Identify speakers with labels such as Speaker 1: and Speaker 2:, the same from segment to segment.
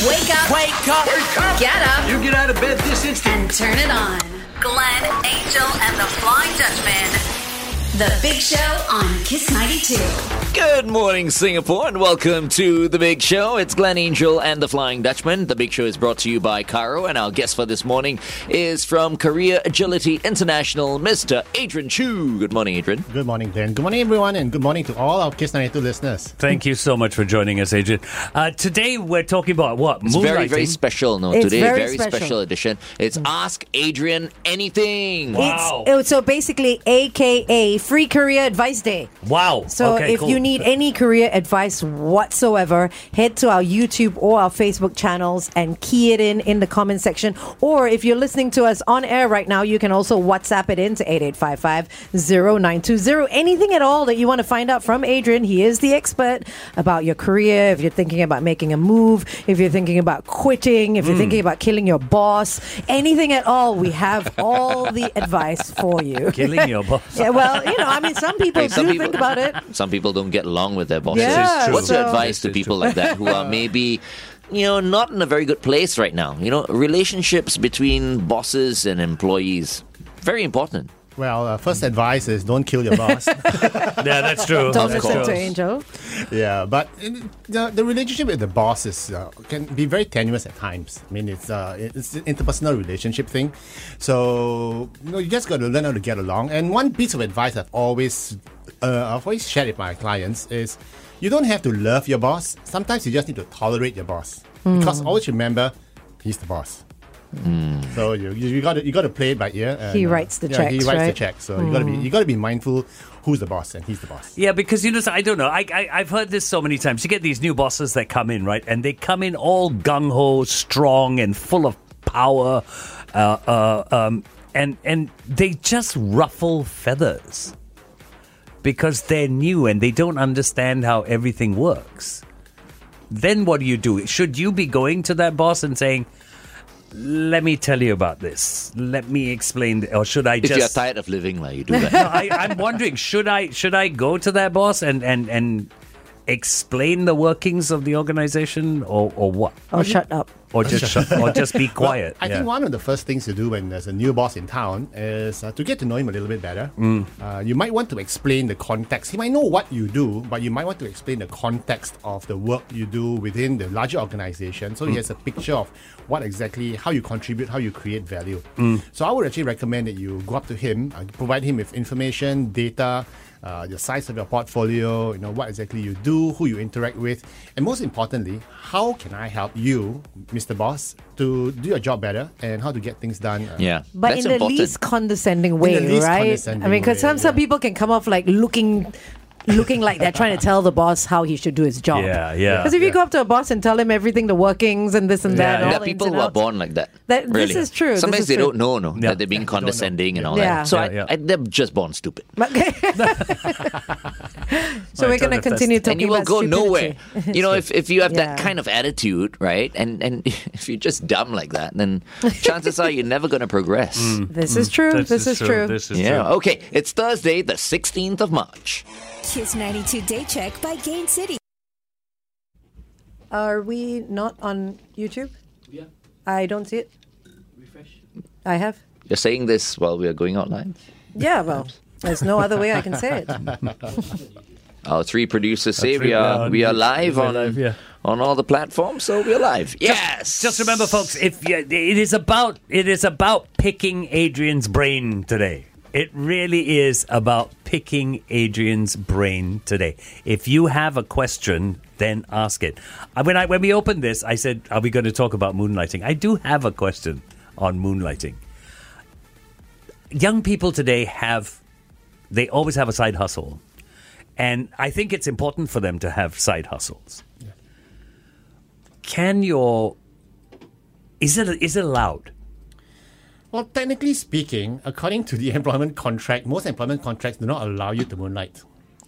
Speaker 1: Wake up. Wake up. Wake up. Get up
Speaker 2: You get out of bed this instant.
Speaker 1: and turn it on.
Speaker 3: Glenn, Angel, and the Flying Dutchman.
Speaker 1: The Big Show on Kiss 92.
Speaker 4: Good morning, Singapore, and welcome to The Big Show. It's Glen Angel and the Flying Dutchman. The Big Show is brought to you by Cairo, and our guest for this morning is from Korea Agility International, Mr. Adrian Chu. Good morning, Adrian.
Speaker 5: Good morning, Glenn. Good morning, everyone, and good morning to all our Kiss 92 listeners.
Speaker 6: Thank you so much for joining us, Adrian. Uh, today we're talking about what?
Speaker 4: It's very, very
Speaker 6: Moonlighting?
Speaker 4: special. No,
Speaker 7: It's
Speaker 4: today,
Speaker 7: very
Speaker 4: special.
Speaker 7: special.
Speaker 4: edition. It's Ask Adrian Anything.
Speaker 6: Wow.
Speaker 7: It's, oh, so basically, AKA Free Career Advice Day.
Speaker 6: Wow.
Speaker 7: So
Speaker 6: Okay,
Speaker 7: if
Speaker 6: cool.
Speaker 7: you need any career advice whatsoever, head to our YouTube or our Facebook channels and key it in in the comment section. Or if you're listening to us on air right now, you can also WhatsApp it in to 8855-0920. Anything at all that you want to find out from Adrian, he is the expert about your career. If you're thinking about making a move, if you're thinking about quitting, if you're
Speaker 4: Hmm.
Speaker 7: thinking about killing your boss, anything at all, we have all the advice for you.
Speaker 6: Killing your boss.
Speaker 7: Yeah, well, you know, I mean, some people
Speaker 4: Hey, some
Speaker 7: do
Speaker 4: people-
Speaker 7: think about it.
Speaker 4: Some people don't get along with their bosses.
Speaker 7: Yeah, This is true.
Speaker 4: What's your
Speaker 7: so-
Speaker 4: advice
Speaker 6: This
Speaker 4: to
Speaker 6: is
Speaker 4: people
Speaker 6: true.
Speaker 4: like that who are maybe, you know, not in a very good place right now? You know, relationships between bosses and employees very important.
Speaker 5: Well, uh, first advice is don't kill your boss.
Speaker 6: yeah, that's true.
Speaker 7: Don't
Speaker 6: That's
Speaker 7: listen
Speaker 6: true.
Speaker 7: to Angel.
Speaker 5: yeah, but in- the, the relationship with the boss is uh, can be very tenuous at times. I mean, it's uh, it's an interpersonal relationship thing, so you know you just got to learn how to get along. And one piece of advice I've always uh, I've always shared with my clients is you don't have to love your boss. Sometimes you just need to tolerate your boss
Speaker 7: Hmm.
Speaker 5: because always remember he's the boss. So you you, you got to you got to play it by ear. and,
Speaker 7: He
Speaker 5: uh,
Speaker 7: writes the
Speaker 5: yeah, He writes
Speaker 7: checks,
Speaker 5: the
Speaker 7: right? Hmm.
Speaker 5: checks. So you got to be you got to be mindful who's the boss and he's the boss.
Speaker 6: Yeah, because you know, I don't know. I, I I've heard this so many times. You get these new bosses that come in, right, and they come in all gung ho, strong, and full of power, uh, uh, um, and and they just ruffle feathers because they're new and they don't understand how everything works. Then what do you do? Should you be going to that boss and saying? Let me tell you about this. Let me explain, th- or should I
Speaker 4: If
Speaker 6: just?
Speaker 4: you're tired of living, like you do
Speaker 6: No,
Speaker 4: that.
Speaker 6: I, I'm wondering should I should I go to that boss and and and explain the workings of the organization or or what
Speaker 7: Oh, shut up.
Speaker 6: or just shut, or just be
Speaker 5: Well,
Speaker 6: quiet?
Speaker 5: I think
Speaker 6: Yeah.
Speaker 5: one of the first things you do when there's a new boss in town is uh, to get to know him a little bit better. Uh, you might want to explain the context. He might know what you do, but you might want to explain the context of the work you do within the larger organization. So he has a picture of what exactly, how you contribute, how you create value. So I would actually recommend that you go up to him, uh, provide him with information, data. Uh, the size of your portfolio, you know what exactly you do, who you interact with, and most importantly, how can I help you, Mr. Boss, to do your job better and how to get things done? uh,
Speaker 4: Yeah,
Speaker 7: But
Speaker 4: that's
Speaker 7: in the
Speaker 4: important.
Speaker 7: least condescending way,
Speaker 5: least
Speaker 7: right?
Speaker 5: condescending
Speaker 7: I mean, because
Speaker 5: way,
Speaker 7: some, some
Speaker 5: yeah.
Speaker 7: people can come off like looking. Looking like they're trying to tell the boss how he should do his job.
Speaker 6: Yeah, yeah.
Speaker 7: Because if you go up to a boss and tell him everything, the workings and this and
Speaker 6: Yeah,
Speaker 7: that, and
Speaker 4: there
Speaker 7: all
Speaker 4: are
Speaker 7: the
Speaker 4: people
Speaker 7: ins
Speaker 4: who
Speaker 7: and
Speaker 4: are
Speaker 7: outs.
Speaker 4: born like that.
Speaker 7: That- this
Speaker 4: really.
Speaker 7: is true, this
Speaker 4: Sometimes
Speaker 7: is
Speaker 4: they
Speaker 7: true.
Speaker 4: don't know, no,
Speaker 6: Yeah.
Speaker 4: that they're being condescending and all
Speaker 7: Yeah.
Speaker 4: that. So
Speaker 6: Yeah,
Speaker 4: I,
Speaker 6: yeah.
Speaker 4: I, they're just born stupid.
Speaker 7: So
Speaker 6: Right, so
Speaker 7: we're going to
Speaker 6: the first-
Speaker 7: continue talking
Speaker 4: and you will
Speaker 7: about
Speaker 4: go nowhere.
Speaker 7: stupidity.
Speaker 4: You know, if, if you have that
Speaker 7: Yeah.
Speaker 4: kind of attitude, right, and and if you're just dumb like that, then chances are you're never going to progress.
Speaker 7: This
Speaker 4: Mm.
Speaker 7: is true. This, is Mm, true.
Speaker 6: This is
Speaker 4: Yeah.
Speaker 6: true.
Speaker 4: Okay. It's Thursday, the 16th of March.
Speaker 1: Kiss 92 Day Check by Gain City.
Speaker 7: Are we not on YouTube? Yeah. I don't see it. Refresh. I have.
Speaker 4: You're saying this while we are going out live.
Speaker 7: Yeah, well, there's no other way I can say it.
Speaker 4: Our three producers say
Speaker 6: three-
Speaker 4: we are
Speaker 6: yeah,
Speaker 4: we are
Speaker 6: we-
Speaker 4: live
Speaker 6: we're
Speaker 4: on
Speaker 6: live, yeah.
Speaker 4: on all the platforms, so we're live. Yes.
Speaker 6: Just remember, folks. If you, it is about it is about picking Adrian's brain today. It really is about picking Adrian's brain today. If you have a question, then ask it. Uh, When I when we opened this, I said, "Are we going to talk about moonlighting?" I do have a question on moonlighting. Young people today have they always have a side hustle, and I think it's important for them to have side hustles. Can your is it is it allowed?
Speaker 5: Well, technically speaking, according to the employment contract, most employment contracts do not allow you to moonlight.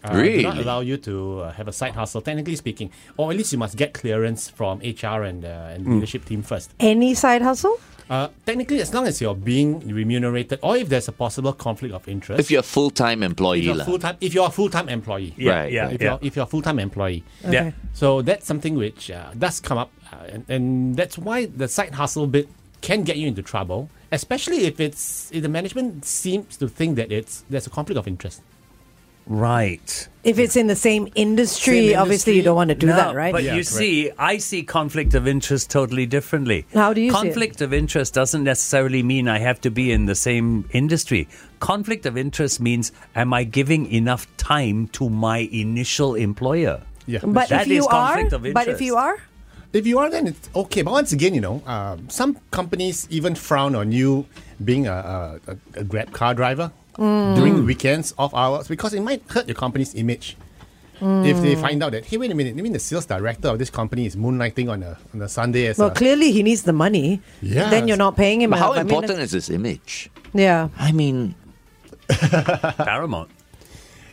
Speaker 5: Uh, Do not
Speaker 4: Really?
Speaker 5: allow you to uh, have a side hustle, technically speaking.
Speaker 4: Hmm.
Speaker 5: Or at least you must get clearance from HR and, uh, and leadership team first.
Speaker 7: Any side hustle?
Speaker 5: Uh, technically, as long as you're being remunerated, or if there's a possible conflict of interest,
Speaker 4: If you're a full time
Speaker 5: if
Speaker 4: employee,
Speaker 5: you're
Speaker 4: lah.
Speaker 5: full time, if you're a full time employee,
Speaker 6: Yeah,
Speaker 4: Right,
Speaker 6: yeah,
Speaker 4: right.
Speaker 5: if
Speaker 6: yeah.
Speaker 5: you're if you're a full time employee,
Speaker 6: yeah.
Speaker 7: Okay.
Speaker 5: so that's something which uh, does come up, uh, and, and that's why the side hustle bit can get you into trouble, especially if it's if the management seems to think that it's there's a conflict of interest.
Speaker 6: Right.
Speaker 7: If it's in the same industry,
Speaker 5: Same
Speaker 7: obviously you
Speaker 5: industry.
Speaker 7: don't want to do
Speaker 6: no,
Speaker 7: that, right?
Speaker 6: But
Speaker 5: Yeah,
Speaker 6: you
Speaker 5: correct.
Speaker 6: see, I see conflict of interest totally differently.
Speaker 7: How do you see it?
Speaker 6: conflict of interest doesn't necessarily mean I have to be in the same industry. Conflict of interest means am I giving enough time to my initial employer?
Speaker 5: Yeah,
Speaker 7: but
Speaker 6: That
Speaker 7: if you
Speaker 6: is
Speaker 7: are,
Speaker 6: conflict of
Speaker 7: but if you
Speaker 6: interest.
Speaker 7: are,
Speaker 5: If you are, then it's okay. But once again, you know, um, some companies even frown on you being a, a, a- a Grab car driver
Speaker 7: Mm.
Speaker 5: during weekends, off hours, because it might hurt your company's image. If
Speaker 7: Mm.
Speaker 5: they find out that, hey, wait a minute, you mean the sales director of this company is moonlighting on a, on a Sunday as
Speaker 7: well,
Speaker 5: a,
Speaker 7: clearly he needs the money.
Speaker 5: Yes.
Speaker 7: Then you're not paying him.
Speaker 4: But how
Speaker 7: enough. I mean,
Speaker 4: important is this image?
Speaker 7: yeah.
Speaker 4: I mean,
Speaker 6: Paramount.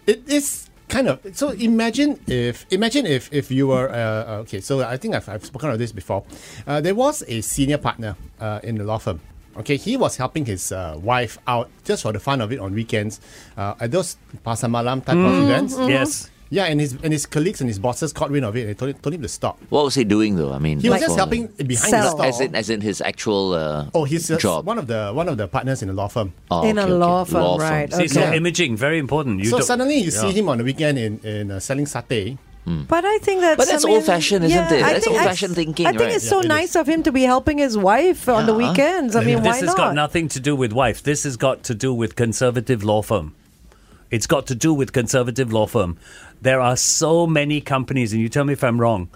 Speaker 5: it is kind of so imagine if imagine if if you were uh, okay so i think i've, I've spoken of this before uh, there was a senior partner uh, in the law firm okay he was helping his uh, wife out just for the fun of it on weekends uh, at those pasar malam type of events
Speaker 6: Yes.
Speaker 5: yeah and his and his colleagues and his bosses caught wind of it and told, him- told him to stop
Speaker 4: what was he doing though? I mean,
Speaker 5: he was
Speaker 4: for-
Speaker 5: just helping behind
Speaker 7: Sell.
Speaker 5: the
Speaker 4: As
Speaker 5: store
Speaker 4: in, as in his actual uh,
Speaker 5: oh he's just
Speaker 4: job.
Speaker 5: one of the one of the partners in the law firm
Speaker 4: Oh,
Speaker 7: In a law firm,
Speaker 4: Law
Speaker 7: right,
Speaker 4: firms.
Speaker 6: See, so
Speaker 5: Yeah.
Speaker 6: imaging very important. You
Speaker 5: so
Speaker 6: don't-
Speaker 5: suddenly you see
Speaker 6: Yeah.
Speaker 5: him on the weekend in, in uh, selling satay
Speaker 7: But I think that's
Speaker 4: But that's
Speaker 7: I mean,
Speaker 4: old-fashioned, isn't
Speaker 7: yeah,
Speaker 4: it?
Speaker 7: I
Speaker 4: That's
Speaker 7: think I-
Speaker 4: old-fashioned thinking,
Speaker 7: I think
Speaker 4: right?
Speaker 7: it's so
Speaker 5: Yeah, it
Speaker 7: nice of him to be helping his wife on the weekends. I mean,
Speaker 6: This
Speaker 7: why
Speaker 6: has
Speaker 7: not?
Speaker 6: got nothing to do with wife. This has got to do with conservative law firm. It's got to do with conservative law firm. There are so many companies, and you tell me if I'm wrong.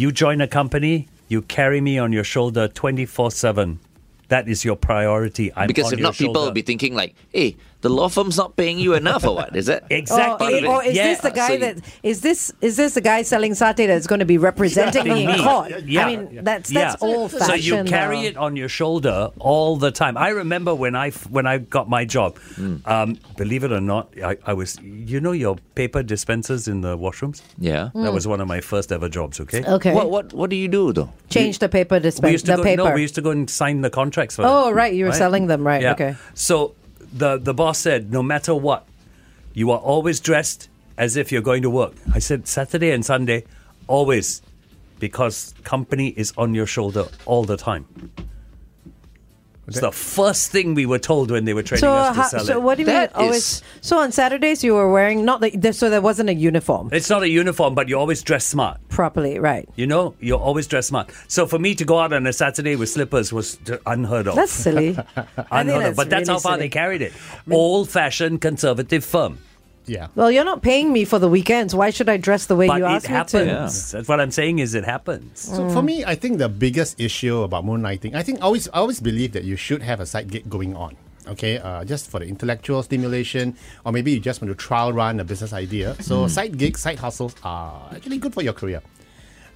Speaker 6: You join a company, you carry me on your shoulder 24 7. That is your priority. I'm
Speaker 4: Because if
Speaker 6: on your
Speaker 4: not, people will
Speaker 6: shoulder.
Speaker 4: be thinking like, "Hey, the law firm's not paying you enough, or what? Is it
Speaker 6: Exactly. Part of it.
Speaker 7: Or, or Oh, is
Speaker 6: Yeah.
Speaker 7: this the
Speaker 4: So
Speaker 7: guy
Speaker 4: you-
Speaker 7: that is this is this the guy selling satay that's going to be representing me in
Speaker 6: Me.
Speaker 7: court?
Speaker 6: Yeah.
Speaker 7: I mean, that's that's
Speaker 6: Yeah.
Speaker 7: old
Speaker 6: So
Speaker 7: fashioned.
Speaker 6: you carry it on your shoulder all the time. I remember when I when I got my job. Um, believe it or not, I, I was you know your paper dispensers in the washrooms.
Speaker 4: Yeah.
Speaker 6: that was one of my first ever jobs. Okay,
Speaker 7: Mm, Okay.
Speaker 4: What what what do you do though?
Speaker 7: Change the paper
Speaker 6: we
Speaker 7: dispense
Speaker 6: used to go,
Speaker 7: the paper.
Speaker 6: No, we used to go and sign the contracts for them.
Speaker 7: Oh, right, you were selling them, right,
Speaker 6: Yeah.
Speaker 7: okay.
Speaker 6: So the the boss said, no matter what, you are always dressed as if you're going to work. I said Saturday and Sunday, always, because company is on your shoulder all the time. It's the first thing we were told when they were training
Speaker 7: so,
Speaker 6: us to
Speaker 7: how,
Speaker 6: sell
Speaker 7: so
Speaker 6: it.
Speaker 7: what do you
Speaker 4: That
Speaker 7: mean? Always.
Speaker 4: is-
Speaker 7: So on Saturdays you were wearing not the, so there wasn't a uniform
Speaker 6: it's not a uniform, but you always dress smart.
Speaker 7: properly, right?
Speaker 6: You know, you're always dressed smart. So for me to go out on a Saturday with slippers was d- unheard of.
Speaker 7: That's silly. I think
Speaker 6: unheard of.
Speaker 7: that's
Speaker 6: But that's
Speaker 7: really
Speaker 6: how far
Speaker 7: silly.
Speaker 6: they carried it. Old fashioned conservative firm.
Speaker 5: yeah
Speaker 7: Well, you're not paying me for the weekends. Why should I dress the way
Speaker 6: But
Speaker 7: you
Speaker 6: it
Speaker 7: asked me to?
Speaker 6: happens. That's what I'm saying is it happens.
Speaker 5: So for me, I think the biggest issue about moonlighting, I think I always I always believe that you should have a side gig going on. Okay, uh, just for the intellectual stimulation, or maybe you just want to trial run a business idea. So side gigs, side hustles are actually good for your career.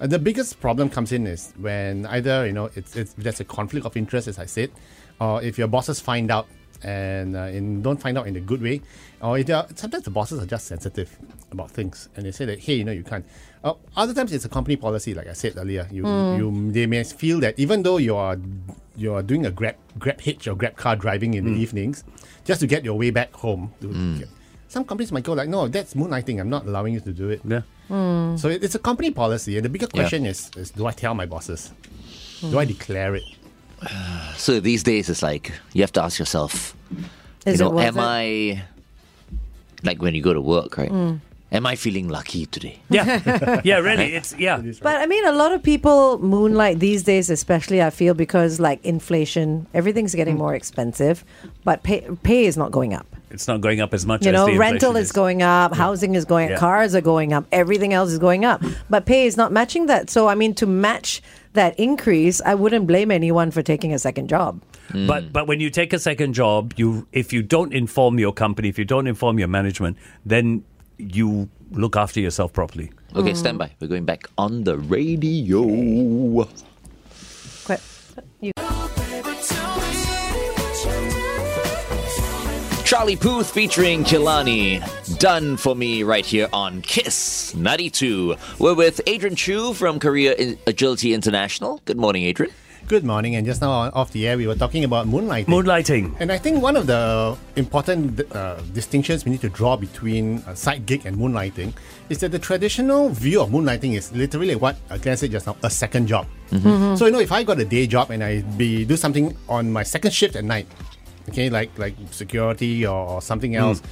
Speaker 5: Uh, the biggest problem comes in is when either you know it's, it's there's a conflict of interest, as I said, or if your bosses find out and, uh, and don't find out in a good way, or if they are, sometimes the bosses are just sensitive about things and they say that hey you know you can't. Uh, other times it's a company policy, like I said earlier. You you they may feel that even though you are you are doing a grab grab hitch or grab car driving in the evenings, just to get your way back home. to- Some companies might go like, no, that's moonlighting. I'm not allowing you to do it.
Speaker 6: Yeah.
Speaker 5: Mm. So it- it's a company policy, and the bigger question is, is do I tell my bosses? Do I declare it?
Speaker 4: So these days it's like you have to ask yourself,
Speaker 7: Is
Speaker 4: you
Speaker 7: it
Speaker 4: know,
Speaker 7: worth
Speaker 4: am
Speaker 7: it?
Speaker 4: I like when you go to work, right?
Speaker 7: Mm.
Speaker 4: Am I feeling lucky today?
Speaker 6: Yeah. yeah, really. It's yeah.
Speaker 7: But I mean, a lot of people moonlight these days, especially I feel because like inflation, everything's getting
Speaker 6: Mm.
Speaker 7: more expensive, but pay, pay is not going up.
Speaker 6: It's not going up as much
Speaker 7: You
Speaker 6: as
Speaker 7: know,
Speaker 6: the
Speaker 7: rental
Speaker 6: inflation
Speaker 7: is going up, housing is going up,
Speaker 6: Yeah.
Speaker 7: cars are going up, everything else is going up, but pay is not matching that. So I mean, to match that increase, I wouldn't blame anyone for taking a second job.
Speaker 6: But but when you take a second job, you if you don't inform your company, if you don't inform your management, then you look after yourself properly.
Speaker 7: Mm.
Speaker 4: Okay, stand by. We're going back on the radio.
Speaker 7: Quite-
Speaker 4: Charlie Puth featuring Kilani. Done for me right here on Kiss 92. We're with Adrian Chu from Korea In- Agility International. Good morning, Adrian.
Speaker 5: Good morning. And just now on- off the air, we were talking about moonlighting.
Speaker 6: Moonlighting.
Speaker 5: And I think one of the important uh, distinctions we need to draw between uh, side gig and moonlighting is that the traditional view of moonlighting is literally what uh, Glenn said just now, a second job. So you know, if I got a day job and I be do something on my second shift at night, okay, like like security or, or something else.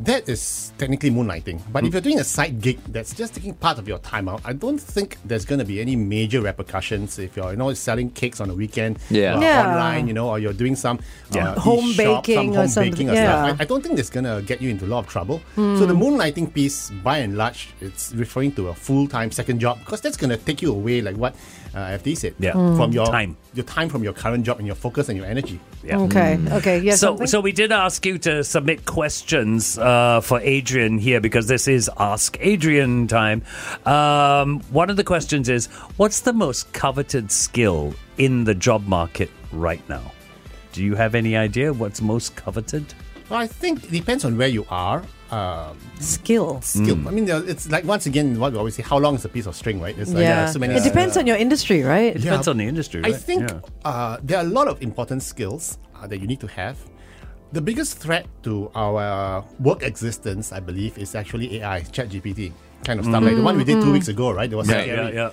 Speaker 5: That is technically moonlighting. But if you're doing a side gig that's just taking part of your time out, I don't think there's going to be any major repercussions if you're, you know, selling cakes on a weekend
Speaker 4: Yeah.
Speaker 5: uh,
Speaker 7: Yeah.
Speaker 5: online, you know, or you're doing some
Speaker 6: Yeah.
Speaker 5: uh,
Speaker 7: Home
Speaker 5: e-shop,
Speaker 7: baking
Speaker 5: some
Speaker 7: or
Speaker 5: home
Speaker 7: something,
Speaker 5: baking or
Speaker 7: yeah. Hmm.
Speaker 5: stuff. I, I don't think that's gonna get you into a lot of trouble. So the moonlighting piece, by and large, it's referring to a full-time second job because that's gonna take you away, like what uh, FD said,
Speaker 6: Yeah. Mm.
Speaker 5: from your
Speaker 6: Time.
Speaker 5: your time from your current job and your focus and your energy.
Speaker 6: Yeah.
Speaker 7: Okay. Okay. Yes.
Speaker 6: Hmm. So, so we did ask you to submit questions uh, for Adrian here because this is Ask Adrian time. Um, one of the questions is, what's the most coveted skill in the job market right now? Do you have any idea what's most coveted?
Speaker 5: Well, I think it depends on where you are. Um,
Speaker 7: skills.
Speaker 5: skill.
Speaker 6: Hmm.
Speaker 5: I mean, there- it's like once again what we always say: how long is a piece of string, right? It's like
Speaker 7: Yeah.
Speaker 5: uh, so many.
Speaker 7: it depends
Speaker 5: uh,
Speaker 7: on your industry, right?
Speaker 5: Yeah.
Speaker 6: Depends on the industry.
Speaker 5: I
Speaker 6: right?
Speaker 5: think
Speaker 6: Yeah.
Speaker 5: uh, there are a lot of important skills uh, that you need to have. The biggest threat to our work existence, I believe, is actually AI, ChatGPT, kind of stuff like the one we did two weeks ago, right? There was
Speaker 4: Yeah,
Speaker 5: scary.
Speaker 6: yeah, yeah.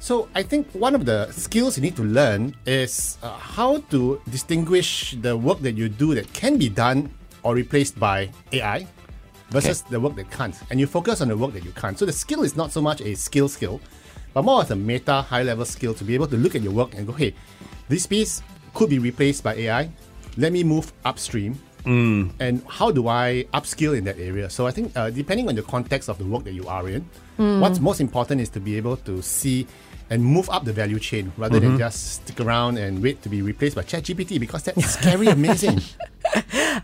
Speaker 5: So I think one of the skills you need to learn is uh, how to distinguish the work that you do that can be done or replaced by AI versus the work that can't. And you focus on the work that you can't. So the skill is not so much a skill skill, but more as a meta high level skill to be able to look at your work and go, hey, this piece could be replaced by AI. Let me move upstream. And how do I upskill in that area? So I think uh, depending on the context of the work that you are in, what's most important is to be able to see and move up the value chain rather than just stick around and wait to be replaced by ChatGPT because that's scary amazing.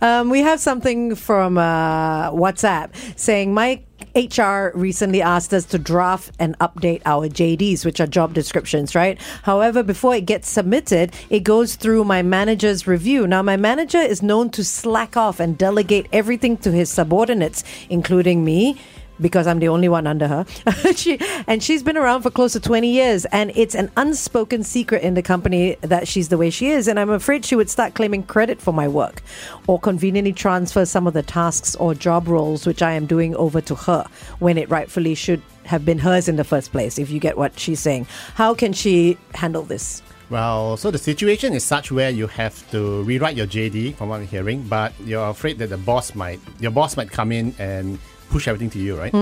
Speaker 7: Um, we have something from uh, WhatsApp saying my HR recently asked us to draft and update our JDs, which are job descriptions, right? However, before it gets submitted, it goes through my manager's review. Now, my manager is known to slack off and delegate everything to his subordinates, including me because I'm the only one under her. she and she's been around for close to 20 years and it's an unspoken secret in the company that she's the way she is and I'm afraid she would start claiming credit for my work or conveniently transfer some of the tasks or job roles which I am doing over to her when it rightfully should have been hers in the first place if you get what she's saying. How can she handle this?
Speaker 5: Well, so the situation is such where you have to rewrite your JD from what I'm hearing, but you're afraid that the boss might your boss might come in and push everything to you, right?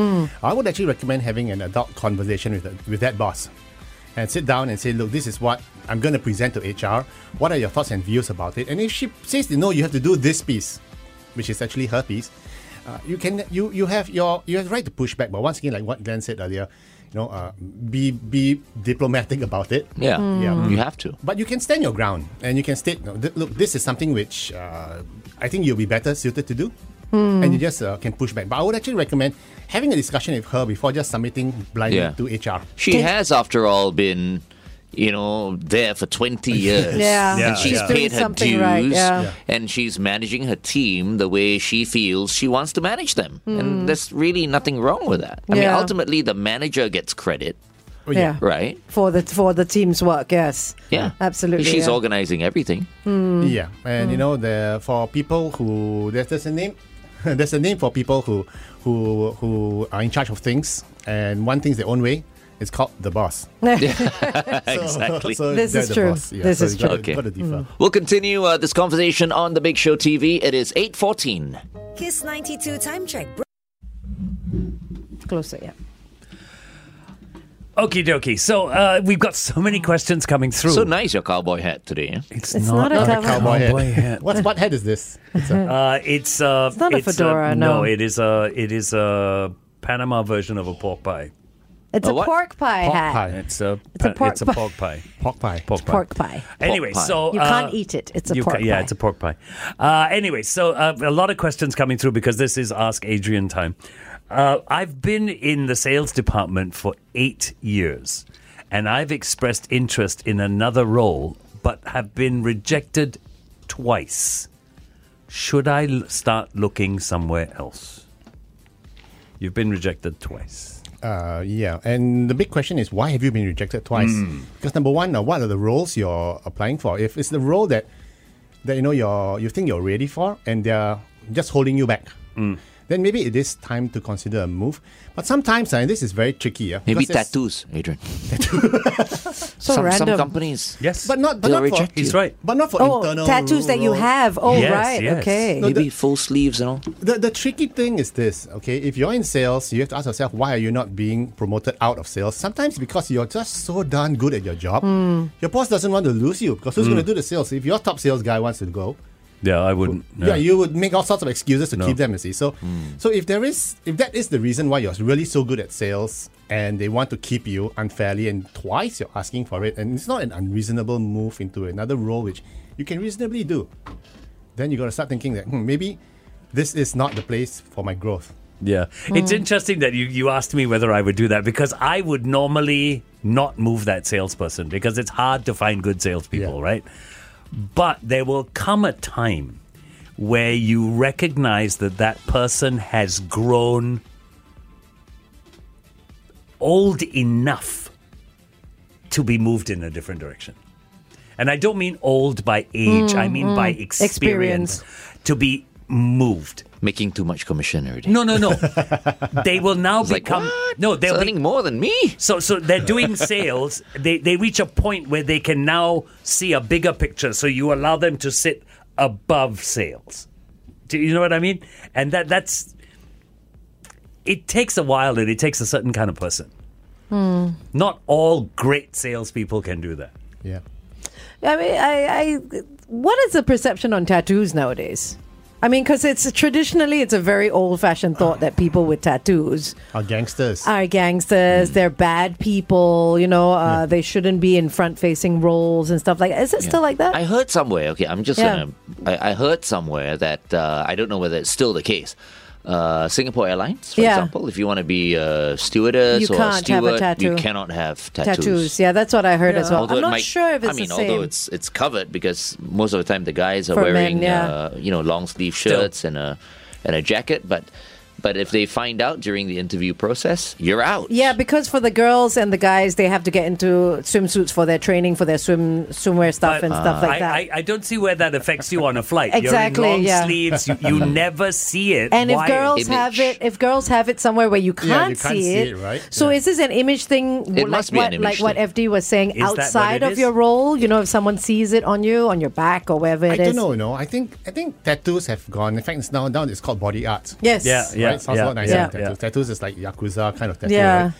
Speaker 5: I would actually recommend having an adult conversation with the, with that boss and sit down and say, "Look, this is what I'm going to present to HR. What are your thoughts and views about it?" And if she says, "No, you have to do this piece," which is actually her piece, uh, you can you you have your you have the right to push back. But once again, like what Glenn said earlier, you know, uh, be be diplomatic about it.
Speaker 4: Yeah.
Speaker 7: Mm.
Speaker 5: Yeah.
Speaker 4: You have to.
Speaker 5: But you can stand your ground and you can state, no, th- look, this is something which uh, I think you'll be better suited to do.
Speaker 7: Hmm.
Speaker 5: And you just uh, can push back. But I would actually recommend having a discussion with her before just submitting blindly
Speaker 4: Yeah.
Speaker 5: to HR.
Speaker 4: She has, after all, been, you know, there for 20 years.
Speaker 7: Yeah.
Speaker 6: Yeah,
Speaker 4: And she's
Speaker 6: yeah.
Speaker 7: Doing
Speaker 4: paid her
Speaker 7: something
Speaker 4: dues.
Speaker 7: right, yeah. Yeah.
Speaker 4: And she's managing her team the way she feels she wants to manage them. And there's really nothing wrong with that. I mean,
Speaker 7: Mm. Yeah.
Speaker 4: ultimately, the manager gets credit,
Speaker 5: Oh,
Speaker 7: Oh, yeah.
Speaker 4: right?
Speaker 7: For the for the team's work, yes.
Speaker 4: Yeah.
Speaker 7: Absolutely.
Speaker 4: She's
Speaker 7: yeah.
Speaker 4: organizing everything.
Speaker 7: Hmm.
Speaker 5: Yeah. And you know, the for people who there's, there's a name there's a name for people who who who are in charge of things and one thing's their own way. It's called the boss.
Speaker 4: exactly.
Speaker 5: So
Speaker 7: This
Speaker 5: they're
Speaker 7: is
Speaker 5: the
Speaker 7: true.
Speaker 5: boss.
Speaker 7: This
Speaker 5: so
Speaker 7: is
Speaker 5: you gotta-
Speaker 4: true. Okay.
Speaker 5: gotta differ.
Speaker 4: We'll continue uh, this conversation on The Big Show TV. It is 8.14.
Speaker 1: Kiss 92 time check.
Speaker 7: closer, yeah.
Speaker 6: Okie dokie. So uh, we've got so many questions coming through.
Speaker 4: So nice your cowboy hat today. eh?
Speaker 7: It's not a
Speaker 6: Hmm.
Speaker 7: cover.
Speaker 5: Cowboy hat.
Speaker 6: Cowboy hat.
Speaker 5: What's what head is this? It's a,
Speaker 6: Uh, it's uh, it's
Speaker 7: not a fedora,
Speaker 6: no.
Speaker 7: no.
Speaker 6: it is a it is a Panama version of a pork pie.
Speaker 7: It's
Speaker 4: A
Speaker 7: a,
Speaker 4: what?
Speaker 7: pork pie
Speaker 5: Pork
Speaker 7: hat.
Speaker 5: pie.
Speaker 6: It's a
Speaker 7: It's a pork
Speaker 6: it's a
Speaker 7: pie.
Speaker 6: pork pie.
Speaker 5: pork pie.
Speaker 6: Pork pie.
Speaker 7: Pork pie.
Speaker 6: Anyway,
Speaker 4: pie.
Speaker 6: so
Speaker 7: You
Speaker 6: uh,
Speaker 7: can't eat it. It's a
Speaker 6: you
Speaker 7: pork
Speaker 6: ca- Yeah,
Speaker 7: pie.
Speaker 6: it's a pork pie. Uh, anyway, so uh, a lot of questions coming through because this is Ask Adrian time. Uh, I've been in the sales department for eight years, and I've expressed interest in another role, but have been rejected twice. Should I l- start looking somewhere else? You've been rejected twice.
Speaker 5: Uh, yeah, and the big question is why have you been rejected twice?
Speaker 4: Hmm.
Speaker 5: Because number one, uh, what are the roles you're applying for? If it's the role that that you know you're you think you're ready for, and they're just holding you back,
Speaker 4: Hmm.
Speaker 5: then maybe it is time to consider a move. But sometimes, uh, and this is very tricky. Yeah,
Speaker 4: Maybe
Speaker 5: because it's-
Speaker 4: tattoos, Adrian.
Speaker 7: So
Speaker 4: some,
Speaker 7: random.
Speaker 4: some companies.
Speaker 6: Yes.
Speaker 5: but not but
Speaker 4: They'll
Speaker 5: not for,
Speaker 4: reject
Speaker 6: He's right.
Speaker 5: but not for
Speaker 7: oh,
Speaker 5: internal
Speaker 7: tattoos that you
Speaker 5: roles.
Speaker 7: have. Oh,
Speaker 6: Yes,
Speaker 7: right.
Speaker 6: yes.
Speaker 7: Okay.
Speaker 5: No,
Speaker 4: Maybe full sleeves and all.
Speaker 5: The, the tricky thing is this, okay? If you're in sales, you have to ask yourself, why are you not being promoted out of sales? Sometimes because you're just so darn good at your job, your boss doesn't want to lose you because who's going to do the sales? If your top sales guy wants to go,
Speaker 6: Yeah, I wouldn't.
Speaker 5: yeah, you would make all sorts of excuses to keep them, you see. So, so if there is, if that is the reason why you're really so good at sales and they want to keep you unfairly and twice you're asking for it, and it's not an unreasonable move into another role which you can reasonably do, then you got to start thinking that hmm, maybe this is not the place for my growth.
Speaker 6: Yeah. It's interesting that you, you asked me whether I would do that because I would normally not move that salesperson because it's hard to find good salespeople,
Speaker 5: Yeah.
Speaker 6: right? But there will come a time where you recognize that that person has grown old enough to be moved in a different direction. And I don't mean old by age, I mean by experience,
Speaker 7: Experience.
Speaker 6: to be moved.
Speaker 4: Making too much commission already.
Speaker 6: No, no, no. they will now
Speaker 4: Like,
Speaker 6: become
Speaker 4: what?
Speaker 6: no. They'll
Speaker 4: It's
Speaker 6: be,
Speaker 4: earning more than me.
Speaker 6: so so they're doing sales. they they reach a point where they can now see a bigger picture. So you allow them to sit above sales. Do you know what I mean? And that that's it takes a while and it takes a certain kind of person.
Speaker 7: Hmm.
Speaker 6: Not all great salespeople can do that.
Speaker 5: Yeah.
Speaker 7: I mean, I, I, what is the perception on tattoos nowadays? I mean, because it's traditionally it's a very old-fashioned thought that people with tattoos
Speaker 5: Our gangsters.
Speaker 7: are gangsters, they're bad people. You know, uh, they shouldn't be in front-facing roles and stuff like. Is it still like that?
Speaker 4: I heard somewhere. Okay, I'm just
Speaker 7: Yeah.
Speaker 4: gonna. I, I heard somewhere that uh, I don't know whether it's still the case. Uh, Singapore Airlines, for
Speaker 7: Yeah.
Speaker 4: example, if you want to be a stewardess
Speaker 7: You
Speaker 4: or a
Speaker 7: can't have a
Speaker 4: steward, you
Speaker 7: tattoo.
Speaker 4: cannot have tattoos.
Speaker 7: tattoos. Yeah, that's what I heard as well.
Speaker 4: Although
Speaker 7: I'm
Speaker 4: it
Speaker 7: not
Speaker 4: might-
Speaker 7: sure if
Speaker 4: I
Speaker 7: it's
Speaker 4: mean,
Speaker 7: the
Speaker 4: although
Speaker 7: same.
Speaker 4: it's it's covered because most of the time the guys are
Speaker 7: For
Speaker 4: wearing
Speaker 7: men, yeah.
Speaker 4: uh, you know long sleeve shirts and a and a jacket, but but if they find out during the interview process, you're out.
Speaker 7: Yeah, because for the girls and the guys, they have to get into swimsuits for their training, for their swim swimwear stuff and stuff like
Speaker 4: Uh,
Speaker 6: I,
Speaker 7: that.
Speaker 6: I, I don't see where that affects you on a flight.
Speaker 7: Exactly,
Speaker 6: You're in long
Speaker 7: yeah.
Speaker 6: sleeves. You, you never see it.
Speaker 7: and if
Speaker 6: Why?
Speaker 7: girls
Speaker 4: Image.
Speaker 7: have it, if girls have it somewhere where you can't,
Speaker 5: Yeah, you can't see it, right?
Speaker 7: So
Speaker 5: Yeah.
Speaker 7: is this an image thing? like
Speaker 4: must be an
Speaker 7: what,
Speaker 4: image
Speaker 7: like what
Speaker 4: thing.
Speaker 7: FD was saying,
Speaker 6: that what
Speaker 7: outside
Speaker 6: it
Speaker 7: of
Speaker 6: is?
Speaker 7: your role, you know, if someone sees it on you, on your back or wherever
Speaker 5: I
Speaker 7: it is.
Speaker 5: don't know, no. I think I think tattoos have gone. In fact, it's now down. It's called body art.
Speaker 7: Yes.
Speaker 6: Yeah, yeah.
Speaker 5: right? Sounds a lot nicer
Speaker 7: yeah,
Speaker 5: than tattoos. Tattoos is like yakuza kind of tattoo.
Speaker 7: Yeah.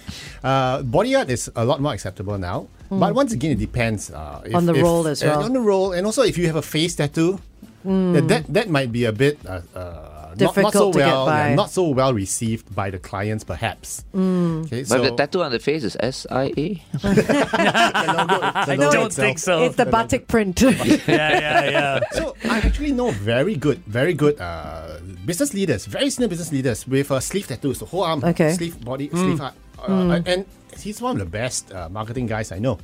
Speaker 5: Right? Uh, body art is a lot more acceptable now, but once again, it depends uh, if,
Speaker 7: Hmm. On the
Speaker 5: if-
Speaker 7: role as
Speaker 5: uh,
Speaker 7: well. Hmm.
Speaker 5: on the role, and also if you have a face tattoo, that, that that might be a bit. Uh, uh, not, not so
Speaker 7: Difficult to get
Speaker 5: well, yeah,
Speaker 7: by.
Speaker 5: not so well received by the clients, perhaps.
Speaker 7: Hmm.
Speaker 5: Okay,
Speaker 4: But
Speaker 5: so
Speaker 4: the tattoo on the face is S I E? A.
Speaker 5: the logo- the
Speaker 6: I
Speaker 5: logo
Speaker 6: don't
Speaker 5: itself.
Speaker 6: think so.
Speaker 7: It's the batik print. yeah,
Speaker 6: yeah, yeah, yeah.
Speaker 5: So I actually know very good, very good uh, business leaders, very senior business leaders with uh, sleeve tattoos, the whole arm,
Speaker 7: Okay. Hmm.
Speaker 5: sleeve body, sleeve heart, uh, and he's one of the best uh, marketing guys I know,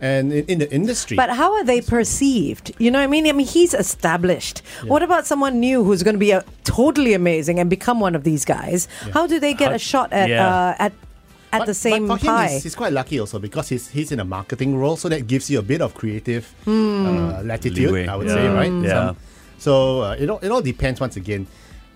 Speaker 5: and in, in the industry.
Speaker 7: But how are they perceived? You know what I mean? I mean, he's established. What about someone new who's going to be uh totally amazing and become one of these guys? How do they get a shot at
Speaker 6: yeah.
Speaker 7: uh, at at
Speaker 5: But-
Speaker 7: the same
Speaker 5: but for him,
Speaker 7: pie?
Speaker 5: he's, he's quite lucky also because he's he's in a marketing role, so that gives you a bit of creative
Speaker 7: Hmm.
Speaker 5: uh, latitude,
Speaker 6: Leeway,
Speaker 5: I would
Speaker 6: yeah.
Speaker 5: say, right?
Speaker 6: Mm. Yeah.
Speaker 5: Some- so uh, it all it all depends once again.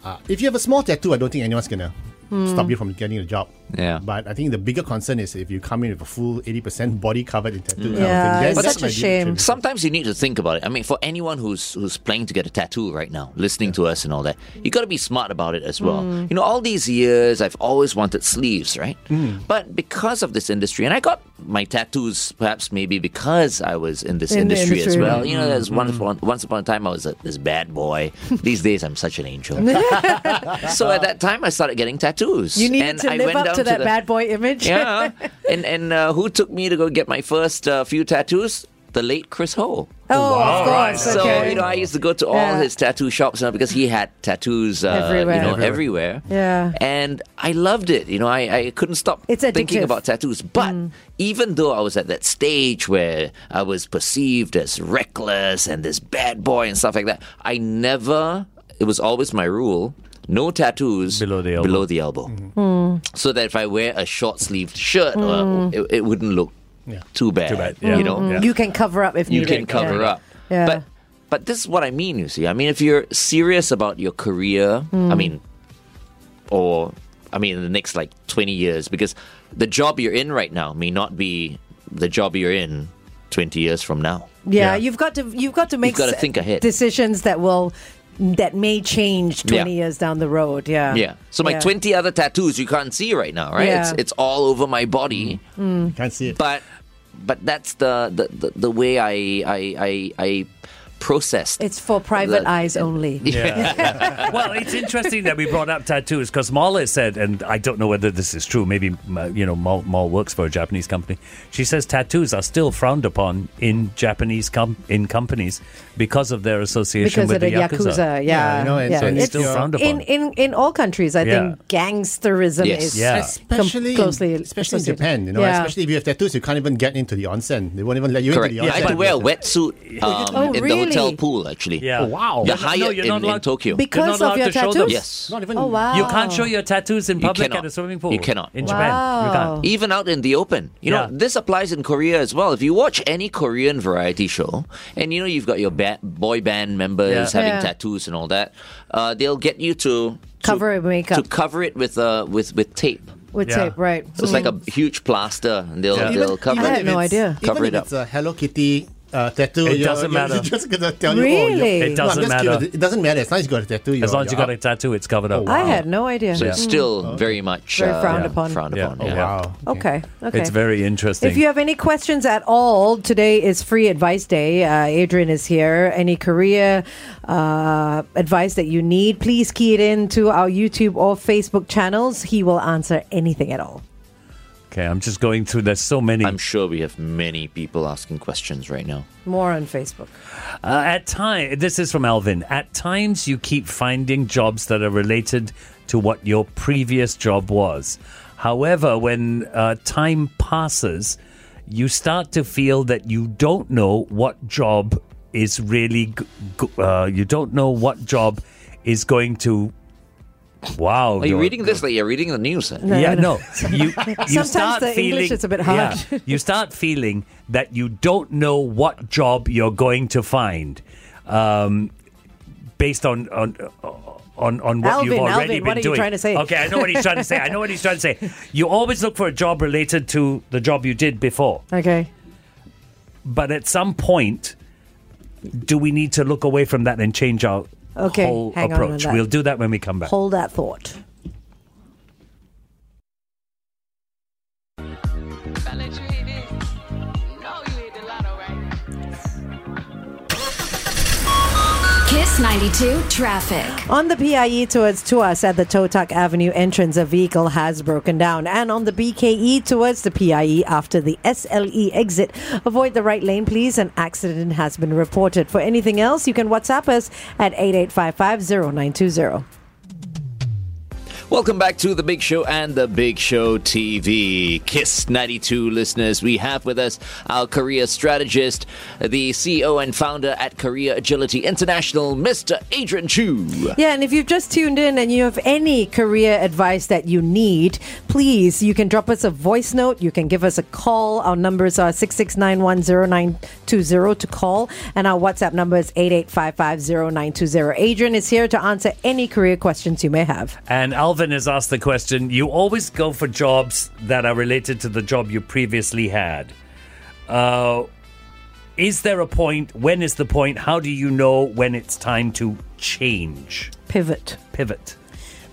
Speaker 5: Uh, if you have a small tattoo, I don't think anyone's gonna
Speaker 7: Hmm.
Speaker 5: stop you from getting a job.
Speaker 4: Yeah.
Speaker 5: But I think the bigger concern is if you come in with a full eighty percent body covered in tattoo. and
Speaker 7: Hmm. Yeah,
Speaker 5: everything, then
Speaker 7: it's
Speaker 5: that
Speaker 7: such a
Speaker 5: might be
Speaker 7: shame.
Speaker 5: tricky.
Speaker 4: Sometimes you need to think about it. I mean, for anyone who's who's planning to get a tattoo right now, listening to us and all that, you got to be smart about it as well.
Speaker 7: Mm.
Speaker 4: You know, all these years I've always wanted sleeves, right?
Speaker 7: Mm.
Speaker 4: But because of this industry, and I got my tattoos perhaps maybe because I was in this
Speaker 7: In the
Speaker 4: industry, as
Speaker 7: industry, Mm-hmm.
Speaker 4: well.
Speaker 7: right.
Speaker 4: You know, there's once upon, once upon a time I was a, this bad boy. These days I'm such an angel. so at that time I started getting tattoos.
Speaker 7: you needed
Speaker 4: And
Speaker 7: to
Speaker 4: I
Speaker 7: live
Speaker 4: went
Speaker 7: up
Speaker 4: down
Speaker 7: to that
Speaker 4: the-
Speaker 7: bad boy image.
Speaker 4: yeah. And and uh, who took me to go get my first uh, few tattoos? The late Chris Ho.
Speaker 7: oh, of course.
Speaker 4: So
Speaker 7: okay.
Speaker 4: you know, I used to go to all
Speaker 7: Yeah.
Speaker 4: his tattoo shops now because he had tattoos, uh,
Speaker 7: Everywhere.
Speaker 4: you know, everywhere.
Speaker 7: Everywhere. Yeah.
Speaker 4: and I loved it. You know, I, I couldn't stop
Speaker 7: It's
Speaker 4: thinking
Speaker 7: addictive. Mm.
Speaker 4: about tattoos. But even though I was at that stage where I was perceived as reckless and this bad boy and stuff like that, I never. It was always my rule: no tattoos
Speaker 6: Below the elbow. Mm-hmm.
Speaker 4: Below the elbow.
Speaker 7: Mm.
Speaker 4: so that if I wear a short sleeved shirt, uh, it, it wouldn't look
Speaker 5: Yeah.
Speaker 4: too bad.
Speaker 6: Too bad, yeah.
Speaker 4: You know,
Speaker 6: Yeah.
Speaker 7: You can cover up if
Speaker 4: you
Speaker 7: needed.
Speaker 4: can cover
Speaker 7: yeah.
Speaker 4: up.
Speaker 7: Yeah.
Speaker 4: But but this is what I mean, you see. I mean if you're serious about your career,
Speaker 7: Hmm.
Speaker 4: I mean or I mean in the next like 20 years because the job you're in right now may not be the job you're in 20 years from now.
Speaker 7: Yeah,
Speaker 5: Yeah.
Speaker 7: you've got to you've got to make
Speaker 4: gotta
Speaker 7: s-
Speaker 4: think ahead.
Speaker 7: decisions that will that may change twenty
Speaker 4: Yeah.
Speaker 7: years down the road. Yeah,
Speaker 4: Yeah. So my
Speaker 7: Yeah.
Speaker 4: 20 other tattoos you can't see right now, right?
Speaker 7: Yeah. Hmm.
Speaker 4: It's it's all over my body.
Speaker 5: You can't see it.
Speaker 4: But but that's the the, the, the way I I I, I processed
Speaker 7: It's for private
Speaker 4: The-
Speaker 7: eyes only.
Speaker 6: well, it's interesting that we brought up tattoos because Marla said, and I don't know whether this is true. Maybe uh, you know, Mal, Mal works for a Japanese company. She says tattoos are still frowned upon in Japanese com- in companies because of their association
Speaker 7: Because
Speaker 6: with
Speaker 7: of the yakuza, yeah,
Speaker 5: Yeah, you know, and so it's
Speaker 6: still frowned upon.
Speaker 7: in, in in all countries. I think gangsterism
Speaker 4: Yes.
Speaker 7: is
Speaker 6: Yeah.
Speaker 7: com-
Speaker 5: Especially,
Speaker 7: closely
Speaker 5: in, especially in
Speaker 7: associated.
Speaker 5: Japan, you know,
Speaker 7: Yeah.
Speaker 5: especially if you have tattoos, you can't even get into the onsen. They won't even let you
Speaker 4: Correct.
Speaker 5: into
Speaker 4: Yeah,
Speaker 5: the
Speaker 4: I
Speaker 5: onsen.
Speaker 4: had to wear a wetsuit um,
Speaker 7: Oh,
Speaker 4: in the
Speaker 7: really?
Speaker 4: hotel pool, actually.
Speaker 6: Yeah.
Speaker 5: Oh, wow.
Speaker 4: You're
Speaker 5: You're
Speaker 6: not- no,
Speaker 4: hired
Speaker 6: you're
Speaker 4: in,
Speaker 6: not
Speaker 4: in
Speaker 6: allowed-
Speaker 4: Tokyo.
Speaker 7: because
Speaker 6: allowed
Speaker 7: of your
Speaker 6: to show them.
Speaker 7: tattoos.
Speaker 4: yes.
Speaker 5: Not even.
Speaker 7: Oh wow.
Speaker 6: You can't show your tattoos in public
Speaker 4: cannot.
Speaker 6: at a swimming pool.
Speaker 4: You cannot.
Speaker 6: in Japan. You
Speaker 7: Wow.
Speaker 6: can't.
Speaker 4: Even out in the open. You know,
Speaker 6: Yeah.
Speaker 4: this applies in Korea as well. If you watch any Korean variety show, and you know, you've got your ba- boy band members
Speaker 6: Yeah.
Speaker 4: having
Speaker 7: Yeah.
Speaker 4: tattoos and all that, uh, they'll get you to
Speaker 7: Cover
Speaker 4: to,
Speaker 7: it with makeup.
Speaker 4: To cover it with, uh, with, with tape.
Speaker 7: With
Speaker 6: Yeah.
Speaker 7: tape, right?
Speaker 4: So it's like a huge plaster, and they'll,
Speaker 6: Yeah.
Speaker 4: they'll
Speaker 5: Even-
Speaker 4: cover
Speaker 5: even
Speaker 7: Mm.
Speaker 4: it.
Speaker 7: I had
Speaker 5: if
Speaker 7: no
Speaker 5: it's-
Speaker 7: idea.
Speaker 4: Cover it
Speaker 5: Even if
Speaker 4: up.
Speaker 5: it's a Hello Kitty uh, tattoo.
Speaker 6: It
Speaker 5: you're-
Speaker 6: doesn't
Speaker 5: you're
Speaker 6: matter.
Speaker 5: just gonna tell you.
Speaker 7: Really?
Speaker 5: Oh, you're-
Speaker 7: It
Speaker 5: No, I'm
Speaker 6: doesn't
Speaker 5: just kidding.
Speaker 6: matter.
Speaker 5: It doesn't matter. As long as you got a tattoo.
Speaker 6: As
Speaker 5: you're-
Speaker 6: long as you
Speaker 5: you're
Speaker 6: got a
Speaker 5: up.
Speaker 6: tattoo, it's covered up.
Speaker 5: Oh,
Speaker 7: I
Speaker 5: wow.
Speaker 7: had no idea.
Speaker 4: So it's still very much
Speaker 7: Very
Speaker 4: uh,
Speaker 7: frowned upon.
Speaker 4: Frowned
Speaker 6: Yeah.
Speaker 4: upon.
Speaker 6: Oh,
Speaker 4: yeah.
Speaker 5: Mm. Wow.
Speaker 7: Okay. Okay.
Speaker 6: It's very interesting.
Speaker 7: If you have any questions at all, today is free advice day. Uh, Adrian is here. Any career uh, advice that you need, please key it in to our YouTube or Facebook channels. He will answer anything at all.
Speaker 6: okay, I'm just going through. There's so many.
Speaker 4: I'm sure we have many people asking questions right now.
Speaker 7: More on Facebook.
Speaker 6: Uh, at time, this is from Alvin. At times, you keep finding jobs that are related to what your previous job was. However, when uh, time passes, you start to feel that you don't know what job is really. G- g- uh, you don't know what job is going to. Wow!
Speaker 4: Are you
Speaker 6: you're-
Speaker 4: reading this like you're reading the news? eh?
Speaker 7: No,
Speaker 6: yeah,
Speaker 7: no.
Speaker 6: no. You, you
Speaker 7: Sometimes
Speaker 6: start
Speaker 7: the English
Speaker 6: feeling,
Speaker 7: is a bit
Speaker 6: yeah,
Speaker 7: hard.
Speaker 6: you start feeling that you don't know what job you're going to find, um, based on on. On, on what
Speaker 7: Alvin,
Speaker 6: you've already
Speaker 7: Alvin,
Speaker 6: been
Speaker 7: what are you
Speaker 6: doing.
Speaker 7: trying to say?
Speaker 6: Okay, I know what he's trying to say. I know what he's trying to say. You always look for a job related to the job you did before,
Speaker 7: Okay.
Speaker 6: but at some point, do we need to look away from that and change our
Speaker 7: Okay,
Speaker 6: whole
Speaker 7: hang on on
Speaker 6: approach?
Speaker 7: that.
Speaker 6: We'll do that when we come back.
Speaker 7: Hold that thought.
Speaker 2: I let you hear this. No, you hit the lotto right.
Speaker 8: Kiss 92 traffic.
Speaker 7: On the PIE towards Tuas at the Toh Tuck Avenue entrance, a vehicle has broken down. And on the BKE towards the PIE after the SLE exit, avoid the right lane, please. An accident has been reported. For anything else, you can WhatsApp us at 88550920.
Speaker 4: Welcome back to The Big Show and The Big Show TV. Kiss 92 listeners, we have with us our career strategist, the CEO and founder at Career Agility International, Mr. Adrian Chu.
Speaker 7: Yeah, and if you've just tuned in and you have any career advice that you need, please, you can drop us a voice note. You can give us a call. Our numbers are 66910920 to call, and our WhatsApp number is 88550920. Adrian is here to answer any career questions you may have.
Speaker 6: And Alvin has asked the question You always go for jobs that are related to the job you previously had. Uh, is there a point? When is the point? How do you know when it's time to change,
Speaker 7: Pivot.
Speaker 6: pivot?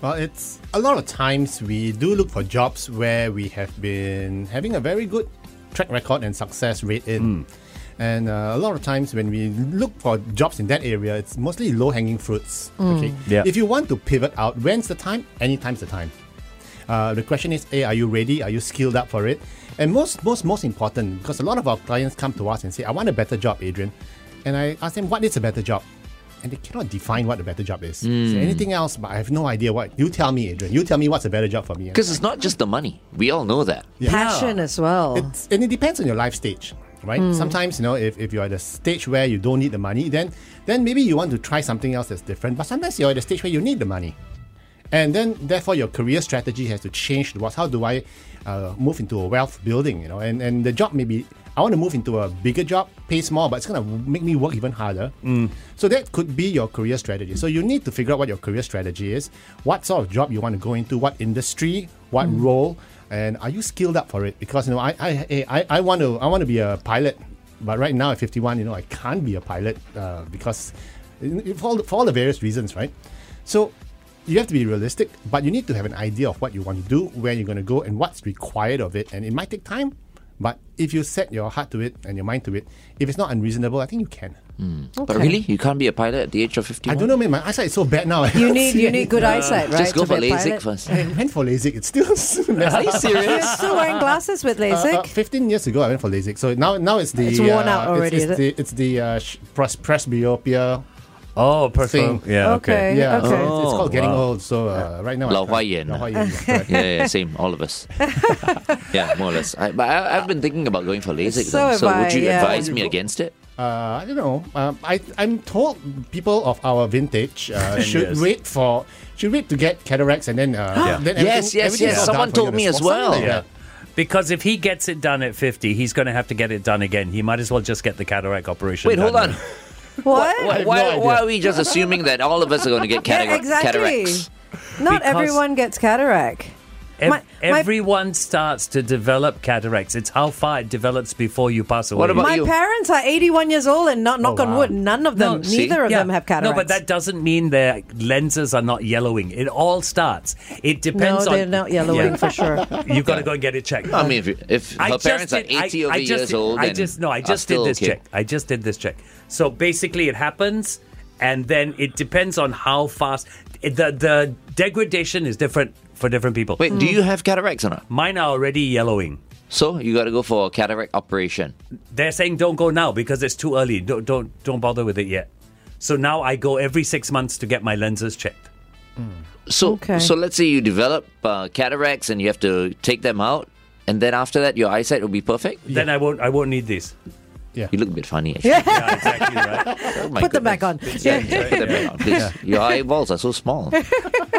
Speaker 5: Well, it's a lot of times we do look for jobs where we have been having a very good track record and success rate in. And uh, a lot of times when we look for jobs in that area, it's mostly low hanging fruits.
Speaker 7: Hmm.
Speaker 5: Okay.
Speaker 6: Yeah.
Speaker 5: If you want to pivot out, when's the time? Anytime's the time. Uh, the question is, A, are you ready? Are you skilled up for it? And most, most, most important, because a lot of our clients come to us and say, I want a better job, Adrian. And I ask them, what is a better job? And they cannot define what a better job is. Say anything else, but I have no idea what. You tell me, Adrian. You tell me what's a better job for me.
Speaker 4: Because it's not just the money. We all know that.
Speaker 7: Passion as well.
Speaker 5: It's, and it depends on your life stage, right? Sometimes, you know, if, if you're at a stage where you don't need the money, then then maybe you want to try something else that's different. But sometimes you're at a stage where you need the money. And then, therefore, your career strategy has to change towards how do I uh, move into a wealth building, you know? And, and the job maybe I want to move into a bigger job, pays more, but it's going to make me work even harder. So that could be your career strategy. So you need to figure out what your career strategy is, what sort of job you want to go into, what industry, what role, and are you skilled up for it? Because you know, I I, I- I, I want to I want to be a pilot, but right now at 51, you know, I can't be a pilot uh, because for all, the, for all the various reasons, right? So you have to be realistic, but you need to have an idea of what you want to do, where you're going to go, and what's required of it. And it might take time, but if you set your heart to it and your mind to it, if it's not unreasonable, I think you can.
Speaker 7: Mm-hmm.
Speaker 4: But really, you can't be a pilot at the age of 51?
Speaker 5: I don't know, man. My eyesight is so bad now. I
Speaker 7: You
Speaker 5: can't
Speaker 7: need
Speaker 5: see
Speaker 7: you need good
Speaker 5: anything.
Speaker 7: eyesight, right?
Speaker 4: Just go
Speaker 7: to
Speaker 4: for
Speaker 7: be a
Speaker 4: LASIK
Speaker 7: pilot?
Speaker 4: first.
Speaker 5: I went for LASIK. It's still soon. Are
Speaker 4: you serious?
Speaker 7: You're still wearing glasses with LASIK.
Speaker 5: Uh, Fifteen years ago, I went for LASIK. So now, now it's the
Speaker 7: It's worn out
Speaker 5: uh,
Speaker 7: already,
Speaker 5: It's,
Speaker 7: is
Speaker 5: it's
Speaker 7: it?
Speaker 5: the it's the uh, sh- pres- presbyopia.
Speaker 6: Oh, perfect.
Speaker 5: Thing.
Speaker 6: Yeah. Okay.
Speaker 7: okay. Oh,
Speaker 5: Yeah,
Speaker 7: okay.
Speaker 5: it's, it's called getting
Speaker 6: wow.
Speaker 5: old. So uh, right now, I
Speaker 4: Lao
Speaker 5: can't-
Speaker 4: Hua Yen.
Speaker 5: Lao Hua Yen, yeah, correct.
Speaker 4: yeah, yeah, same, all of us. yeah, more or less. I, but I, I've been thinking about going for LASIK.
Speaker 7: So
Speaker 4: though.
Speaker 7: have
Speaker 4: so would
Speaker 7: I,
Speaker 4: you
Speaker 7: yeah.
Speaker 4: advise me against it?
Speaker 5: uh, I don't know. Um, I I'm told people of our vintage uh, should
Speaker 6: years.
Speaker 5: wait for should wait to get cataracts and then uh, then everything-
Speaker 4: Yes, yes,
Speaker 5: everything
Speaker 4: yes.
Speaker 5: is all
Speaker 4: Someone
Speaker 5: done for you
Speaker 4: told
Speaker 5: on the
Speaker 4: me as
Speaker 5: spot. Something
Speaker 4: well.
Speaker 5: like
Speaker 6: Yeah.
Speaker 5: that.
Speaker 6: Because if he gets it done at 50, he's going to have to get it done again. He might as well just get the cataract operation.
Speaker 4: Wait,
Speaker 6: done
Speaker 4: hold on.
Speaker 6: then.
Speaker 7: What?
Speaker 4: Why,
Speaker 5: have
Speaker 4: why,
Speaker 5: no idea.
Speaker 4: why are we just assuming that all of us are going to get catara-
Speaker 7: Yeah, exactly.
Speaker 4: cataracts?
Speaker 6: Because-
Speaker 7: Not everyone gets cataract.
Speaker 6: Ev-
Speaker 7: My- my-
Speaker 6: everyone starts to develop cataracts. It's how far it develops before you pass away.
Speaker 4: What about
Speaker 7: My
Speaker 4: you?
Speaker 7: parents are 81 years old and not knock on
Speaker 5: wow.
Speaker 7: wood. None of them,
Speaker 4: No, see?
Speaker 7: neither of
Speaker 6: Yeah.
Speaker 7: them have
Speaker 6: No,
Speaker 7: cataracts.
Speaker 6: but that doesn't mean their lenses are not yellowing. It all starts. It
Speaker 7: No,
Speaker 6: depends
Speaker 7: they're
Speaker 6: on.
Speaker 7: not yellowing
Speaker 6: Yeah.
Speaker 7: for sure.
Speaker 6: You've got to go and get it checked.
Speaker 4: I mean, if, if her
Speaker 6: I just
Speaker 4: parents
Speaker 6: did-
Speaker 4: are
Speaker 6: I-
Speaker 4: 80
Speaker 6: I
Speaker 4: over
Speaker 6: just
Speaker 4: years
Speaker 6: did-
Speaker 4: old,
Speaker 6: I
Speaker 4: and
Speaker 6: just no, I
Speaker 4: are
Speaker 6: just did
Speaker 4: still
Speaker 6: this
Speaker 4: okay.
Speaker 6: check. I just did this check. So basically, it happens, and then it depends on how fast it- the the degradation is different for different people.
Speaker 4: Wait, do you have cataracts or not?
Speaker 6: Mine are already yellowing.
Speaker 4: So you got to go for a cataract operation.
Speaker 6: They're saying don't go now because it's too early. Don't don't don't bother with it yet. So now I go every six months to get my lenses checked.
Speaker 4: So,
Speaker 7: Okay.
Speaker 4: so let's say you develop uh, cataracts and you have to take them out, and then after that, your eyesight will be perfect.
Speaker 6: Then I won't I won't need these.
Speaker 4: You look a bit funny, actually.
Speaker 6: Yeah, exactly right.
Speaker 4: Oh, my
Speaker 7: Put
Speaker 4: goodness.
Speaker 7: them back on.
Speaker 4: Yeah, yeah, put them back on, please. Your eyeballs are so small.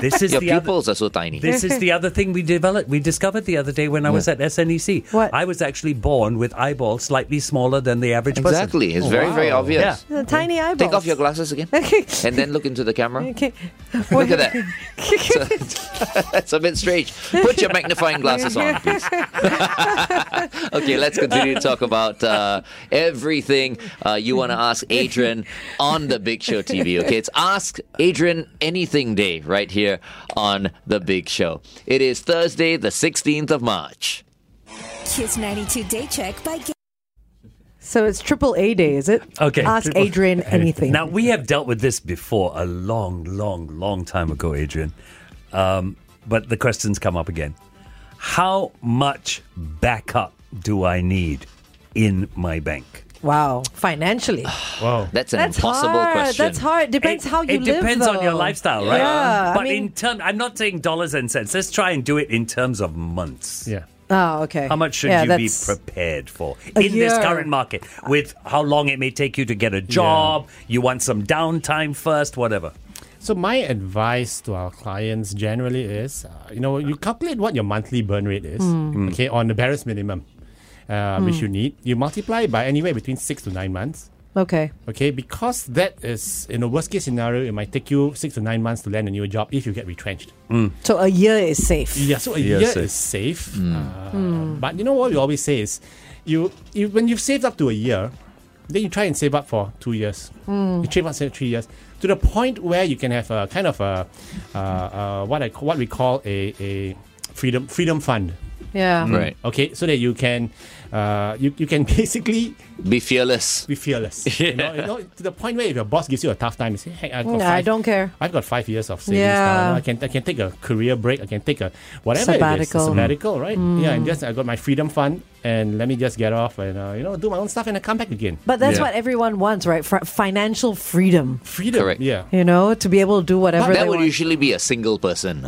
Speaker 6: This is
Speaker 4: Your
Speaker 6: the other,
Speaker 4: pupils are so tiny.
Speaker 6: This is the other thing we developed. We discovered the other day when I was at SNEC.
Speaker 7: What?
Speaker 6: I was actually born with eyeballs slightly smaller than the average person.
Speaker 4: exactly. It's very, very obvious.
Speaker 6: Yeah.
Speaker 7: The tiny eyeballs.
Speaker 4: Take off your glasses again,
Speaker 7: Okay.
Speaker 4: and then look into the camera.
Speaker 7: Okay.
Speaker 4: Look at that. That's a bit strange. Put your magnifying glasses on, please. okay, let's continue to talk about uh, everything uh, you want to ask Adrian on the Big Show TV. Okay, it's Ask Adrian Anything Day right here on the Big Show. It is Thursday, the 16th of March.
Speaker 8: Kiss 92 Day Check by
Speaker 7: So it's triple A day, is it?
Speaker 6: Okay.
Speaker 7: Ask
Speaker 6: Triple-
Speaker 7: Adrian anything.
Speaker 6: Now we have dealt with this before a long, long, long time ago, Adrian. Um, but the questions come up again. How much backup do I need in my bank?
Speaker 7: wow. Financially.
Speaker 5: Wow.
Speaker 4: That's an
Speaker 7: That's
Speaker 4: impossible
Speaker 7: hard.
Speaker 4: question.
Speaker 7: That's hard. Depends
Speaker 6: it,
Speaker 7: how you
Speaker 6: it
Speaker 7: live.
Speaker 6: depends on your
Speaker 7: though.
Speaker 6: lifestyle, right?
Speaker 7: Yeah, I
Speaker 6: But
Speaker 7: mean-
Speaker 6: in terms, I'm not saying dollars and cents. Let's try and do it in terms of months.
Speaker 5: Yeah.
Speaker 7: Oh, okay.
Speaker 6: How much should
Speaker 7: Yeah,
Speaker 6: you be
Speaker 7: that's-
Speaker 6: prepared for
Speaker 7: A
Speaker 6: in this
Speaker 7: year.
Speaker 6: current market with how long it may take you to get a job? You want some downtime first, whatever.
Speaker 5: So my advice to our clients generally is, uh, you know, you calculate what your monthly burn rate is,
Speaker 4: Hmm.
Speaker 5: okay, on the barest minimum, uh, which you need. You multiply it by anywhere between six to nine months,
Speaker 7: Okay.
Speaker 5: okay, because that is in a worst case scenario, it might take you six to nine months to land a new job if you get retrenched.
Speaker 7: So a year is safe.
Speaker 5: Yeah, so a
Speaker 6: Yeah,
Speaker 5: year
Speaker 6: safe.
Speaker 5: is safe. Uh, But you know what we always say is, you, you when you've saved up to a year, then you try and save up for two years. You save up for three years to the point where you can have a kind of a uh, uh, what I ca- what we call a, a freedom freedom fund.
Speaker 7: Yeah.
Speaker 4: Right.
Speaker 5: Okay, so that you can uh, you, you can basically
Speaker 4: Be fearless.
Speaker 5: be fearless. You, know, you know, to the point where if your boss gives you a tough time, you say, "Hey, I've got
Speaker 7: Yeah, I
Speaker 5: five,
Speaker 7: don't care.
Speaker 5: I've got five years of savings
Speaker 7: Yeah.
Speaker 5: now. You know, I can I can take a career break. I can take a whatever it
Speaker 7: Sabbatical. Hmm.
Speaker 5: is, a sabbatical, right? Yeah, and just I got my freedom fund, and let me just get off and uh, you know do my own stuff, and I come back again.
Speaker 7: But that's
Speaker 6: Yeah.
Speaker 7: what everyone wants, right? Fr- financial freedom.
Speaker 5: freedom,
Speaker 4: Correct.
Speaker 5: Yeah.
Speaker 7: You know, to be able to do whatever
Speaker 4: That
Speaker 7: they
Speaker 4: would
Speaker 7: want.
Speaker 4: usually be a single person.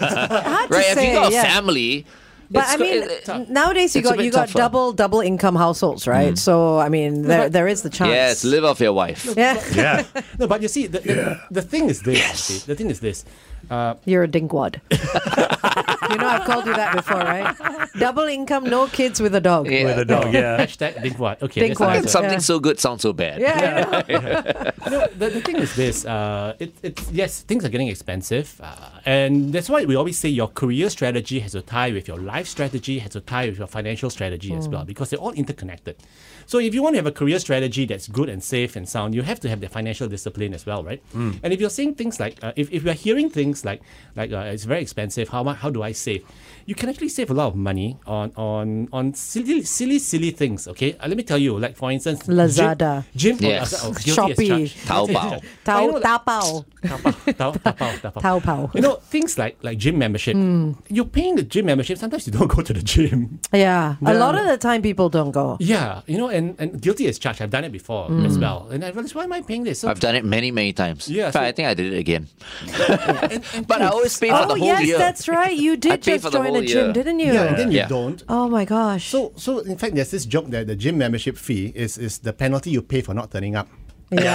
Speaker 7: Hard to
Speaker 4: right? If you
Speaker 7: say,
Speaker 4: got a
Speaker 7: yeah.
Speaker 4: family,
Speaker 7: But
Speaker 4: it's
Speaker 7: I
Speaker 4: go- uh,
Speaker 7: mean,
Speaker 4: it- it-
Speaker 7: nowadays you
Speaker 4: it's a
Speaker 7: got
Speaker 4: bit
Speaker 7: you got
Speaker 4: tougher.
Speaker 7: double double income households, right? So I mean, there there is the chance.
Speaker 4: yes, live off your wife.
Speaker 7: Yeah.
Speaker 6: Yeah.
Speaker 5: No, but you see, the, the, the thing is this. okay, The thing is this.
Speaker 7: You're a dinkwad. you know I've called you that before, right? Double income, no kids with a dog.
Speaker 4: Yeah.
Speaker 6: with a dog. Yeah.
Speaker 5: Hashtag dinkwad. Okay,
Speaker 7: Dink
Speaker 5: that's the
Speaker 7: what?
Speaker 5: answer.
Speaker 4: Something
Speaker 7: Yeah.
Speaker 4: so good sounds so bad.
Speaker 7: Yeah, I know.
Speaker 5: no, the, the thing is this. Uh, it, it's yes, things are getting expensive, uh, and that's why we always say your career strategy has to tie with your life strategy, has to tie with your financial strategy as
Speaker 7: Hmm.
Speaker 5: well, because they're all interconnected. So if you want to have a career strategy that's good and safe and sound, you have to have the financial discipline as well, right?
Speaker 4: Hmm.
Speaker 5: And if you're saying things like, uh, if if we are hearing things like like uh, it's very expensive, how much, how do I save? You can actually save a lot of money on on on silly silly silly things. Okay, uh, let me tell you. Like for instance, gym-
Speaker 7: Lazada.
Speaker 5: gym, oh,
Speaker 4: Yes.
Speaker 5: Lazada, oh, guilty as
Speaker 7: Shopee.
Speaker 5: charged.
Speaker 4: Taobao.
Speaker 7: Tao,
Speaker 5: I know, like-
Speaker 7: tapao.
Speaker 5: Taobao, Tao- Taobao, Taobao.
Speaker 7: Taobao.
Speaker 5: You know, things like like gym membership. You're paying the gym membership, sometimes you don't go to the gym.
Speaker 7: Yeah. A lot of the time people don't go.
Speaker 5: Yeah, you know, and, and guilty as charged. I've done it before as well. And I realized, why am I paying this? So,
Speaker 4: I've done it many, many times.
Speaker 5: Yeah,
Speaker 4: In fact,
Speaker 5: so-
Speaker 4: I think I did it again.
Speaker 5: and- and
Speaker 4: But I
Speaker 5: two-
Speaker 4: always pay for the
Speaker 7: Oh
Speaker 4: whole
Speaker 7: yes,
Speaker 4: year.
Speaker 7: that's right. You
Speaker 4: I
Speaker 7: did
Speaker 4: pay
Speaker 7: just
Speaker 4: for the
Speaker 7: join a
Speaker 4: whole
Speaker 7: gym,
Speaker 4: year.
Speaker 7: didn't you?
Speaker 5: Yeah, and then you
Speaker 4: Yeah.
Speaker 5: don't.
Speaker 7: Oh my gosh.
Speaker 5: So, so in fact, there's this joke that the gym membership fee is, is the penalty you pay for not turning up.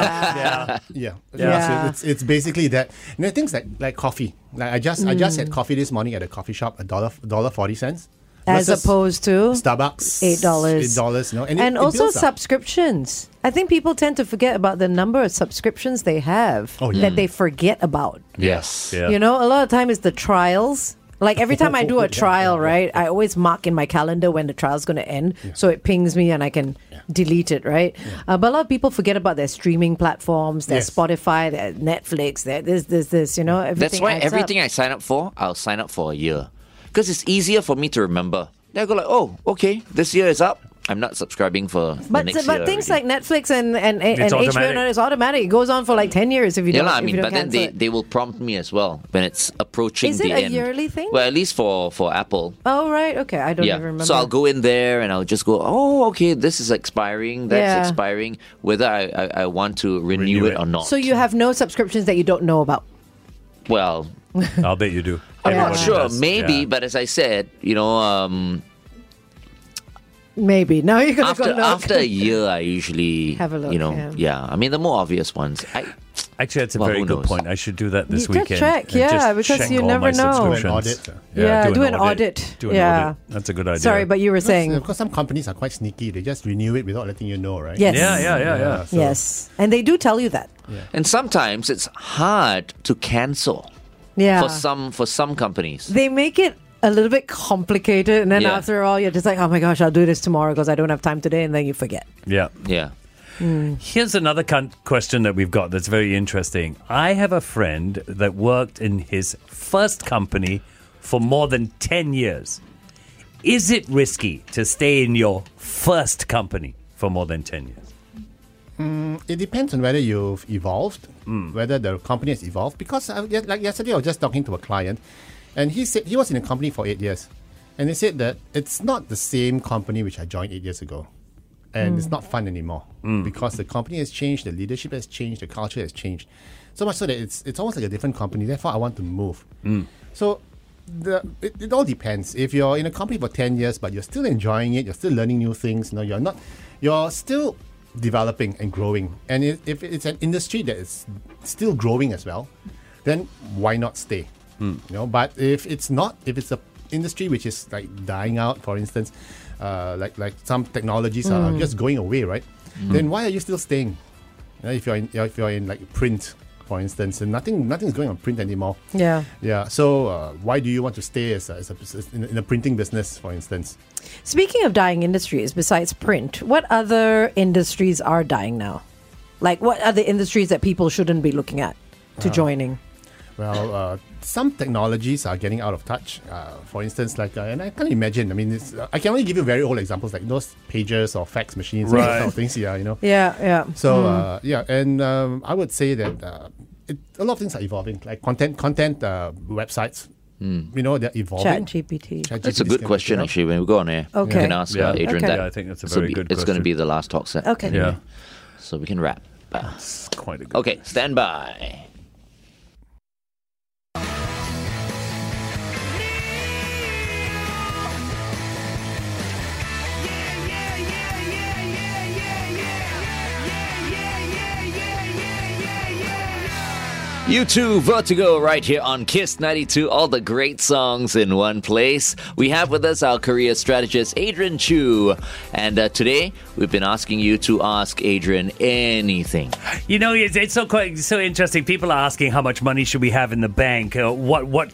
Speaker 6: Yeah.
Speaker 5: Yeah,
Speaker 7: Yeah.
Speaker 5: So it's it's basically that. You know, things like like coffee. Like I just I
Speaker 7: Mm.
Speaker 5: just had coffee this morning at a coffee shop, a dollar dollar forty cents,
Speaker 7: As
Speaker 5: versus
Speaker 7: opposed to
Speaker 5: Starbucks
Speaker 7: eight dollars.
Speaker 5: eight dollars. No, and, it- it
Speaker 7: also
Speaker 5: builds up.
Speaker 7: subscriptions. I think people tend to forget about the number of subscriptions they have
Speaker 5: Oh, yeah.
Speaker 7: that they forget about.
Speaker 4: Yes.
Speaker 6: Yeah.
Speaker 7: You know, a lot of time it's the trials. Like every time I do a
Speaker 5: Yeah,
Speaker 7: trial,
Speaker 5: yeah,
Speaker 7: right, I always mark in my calendar when the trial's going to end, so it pings me and I can delete it, right? Uh, but a lot of people forget about their streaming platforms, their
Speaker 5: Yes.
Speaker 7: Spotify, their Netflix, their this, this, this. You know, everything.
Speaker 4: That's why
Speaker 7: adds up.
Speaker 4: everything I sign up for, I'll sign up for a year. Because it's easier for me to remember. Then I go like, oh, okay, this year is up. I'm not subscribing for the
Speaker 7: But,
Speaker 4: next
Speaker 7: but
Speaker 4: year
Speaker 7: things
Speaker 4: already.
Speaker 7: like Netflix and and, and,
Speaker 6: It's
Speaker 7: HBO,
Speaker 6: automatic.
Speaker 7: no, it's automatic. It goes on for like ten years if you
Speaker 4: Yeah,
Speaker 7: don't.
Speaker 4: lah, I
Speaker 7: if
Speaker 4: mean,
Speaker 7: you
Speaker 4: but then
Speaker 7: don't cancel
Speaker 4: they,
Speaker 7: it.
Speaker 4: they will prompt me as well when it's approaching
Speaker 7: Is
Speaker 4: the
Speaker 7: it a
Speaker 4: end.
Speaker 7: yearly thing?
Speaker 4: Well, at least for, for Apple.
Speaker 7: Oh right, okay. I don't even remember.
Speaker 4: So I'll go in there and I'll just go, oh, okay, this is expiring, that's
Speaker 7: Yeah.
Speaker 4: expiring, whether I, I, I want to renew,
Speaker 6: Renew
Speaker 4: it,
Speaker 6: it.
Speaker 4: or not.
Speaker 7: So you have no subscriptions that you don't know about.
Speaker 4: well,
Speaker 6: I'll bet you do.
Speaker 4: I'm not
Speaker 6: Everybody
Speaker 4: sure,
Speaker 6: does.
Speaker 4: maybe,
Speaker 6: Yeah.
Speaker 4: but as I said, you know, um,
Speaker 7: Maybe now you're gonna
Speaker 4: after
Speaker 7: go look.
Speaker 4: after a year, I usually
Speaker 7: Have a look,
Speaker 4: You know,
Speaker 7: yeah.
Speaker 4: I mean, the more obvious ones. I,
Speaker 6: Actually, that's a
Speaker 4: Well,
Speaker 6: very
Speaker 4: who
Speaker 6: good
Speaker 4: knows?
Speaker 6: point. I should do that this
Speaker 7: You just
Speaker 6: weekend.
Speaker 7: check,
Speaker 6: and
Speaker 7: yeah,
Speaker 6: just
Speaker 7: because
Speaker 6: check
Speaker 7: you
Speaker 6: all my
Speaker 7: never know.
Speaker 5: Do an
Speaker 6: subscriptions.
Speaker 5: audit.
Speaker 7: Yeah, do an audit.
Speaker 6: Do an
Speaker 7: Yeah.
Speaker 6: audit. That's a good idea.
Speaker 7: Sorry, but you were saying
Speaker 5: Of course, some companies are quite sneaky. They just renew it without letting you know, right?
Speaker 7: yes,
Speaker 6: yeah, yeah, yeah, yeah.
Speaker 5: so-
Speaker 7: yes, and they do tell you that.
Speaker 4: and sometimes it's hard to cancel
Speaker 7: Yeah,
Speaker 4: for some for some companies.
Speaker 7: they make it a little bit complicated, and then
Speaker 4: Yeah.
Speaker 7: after all, you're just like, oh my gosh, I'll do this tomorrow because I don't have time today, and then you forget.
Speaker 6: Yeah.
Speaker 4: Yeah.
Speaker 6: Here's another con- question that we've got that's very interesting. I have a friend that worked in his first company for more than 10 years. Is it risky to stay in your first company for more than 10 years?
Speaker 5: It depends on whether you've evolved, whether the company has evolved. Because uh, yes- like yesterday, I was just talking to a client, and he said he was in a company for eight years, and he said that it's not the same company which I joined eight years ago, and it's not fun anymore because the company has changed, the leadership has changed, the culture has changed, so much so that it's it's almost like a different company. Therefore, I want to move. So. The, it, it all depends. If you're in a company for ten years, but you're still enjoying it, you're still learning new things. No, you're not. You're still developing and growing. And if, if it's an industry that is still growing as well, then why not stay? You know, but if it's not, if it's a industry which is like dying out, for instance, uh, like like some technologies are just going away, right? Then why are you still staying? You know, if you're in, if you're in like print, for instance, and nothing nothing's going on print anymore.
Speaker 7: Yeah.
Speaker 5: Yeah. So uh, why do you want to stay as, a, as, a, as in, a- in a printing business, for instance?
Speaker 7: Speaking of dying industries, besides print, what other industries are dying now? Like, what are the industries that people shouldn't be looking at
Speaker 5: Uh,
Speaker 7: to joining?
Speaker 5: Well, uh, some technologies are getting out of touch. Uh, for instance, like, uh, and I can't imagine. I mean, it's, uh, I can only give you very old examples, like those pagers or fax machines, and those
Speaker 6: Right.
Speaker 5: sort of things. Yeah, you know.
Speaker 7: Yeah, yeah.
Speaker 5: So
Speaker 4: Hmm.
Speaker 5: uh, yeah, and um, I would say that uh, it, a lot of things are evolving, like content, content uh, websites. You know, they're evolving.
Speaker 7: Chat GPT.
Speaker 5: ChatGPT
Speaker 4: Hmm. That's a
Speaker 5: is
Speaker 4: good
Speaker 5: gonna
Speaker 4: question,
Speaker 5: pick it up.
Speaker 4: actually. When we go on air,
Speaker 7: Okay.
Speaker 4: we can ask
Speaker 6: Yeah.
Speaker 4: uh, Adrian
Speaker 7: Okay.
Speaker 4: that.
Speaker 6: Yeah, I think that's a
Speaker 4: So
Speaker 6: very
Speaker 4: be-
Speaker 6: good
Speaker 4: It's going to
Speaker 6: question.
Speaker 4: be the last talk set.
Speaker 7: Okay.
Speaker 6: Yeah.
Speaker 4: So we can wrap.
Speaker 6: It's quite a good
Speaker 4: Okay, stand by. You two, Vertigo, right here on Kiss 92. All the great songs in one place. We have with us our career strategist, Adrian Chu. And uh, today, we've been asking you to ask Adrian anything.
Speaker 6: You know, it's, it's so quite, so interesting. People are asking how much money should we have in the bank? Uh, what what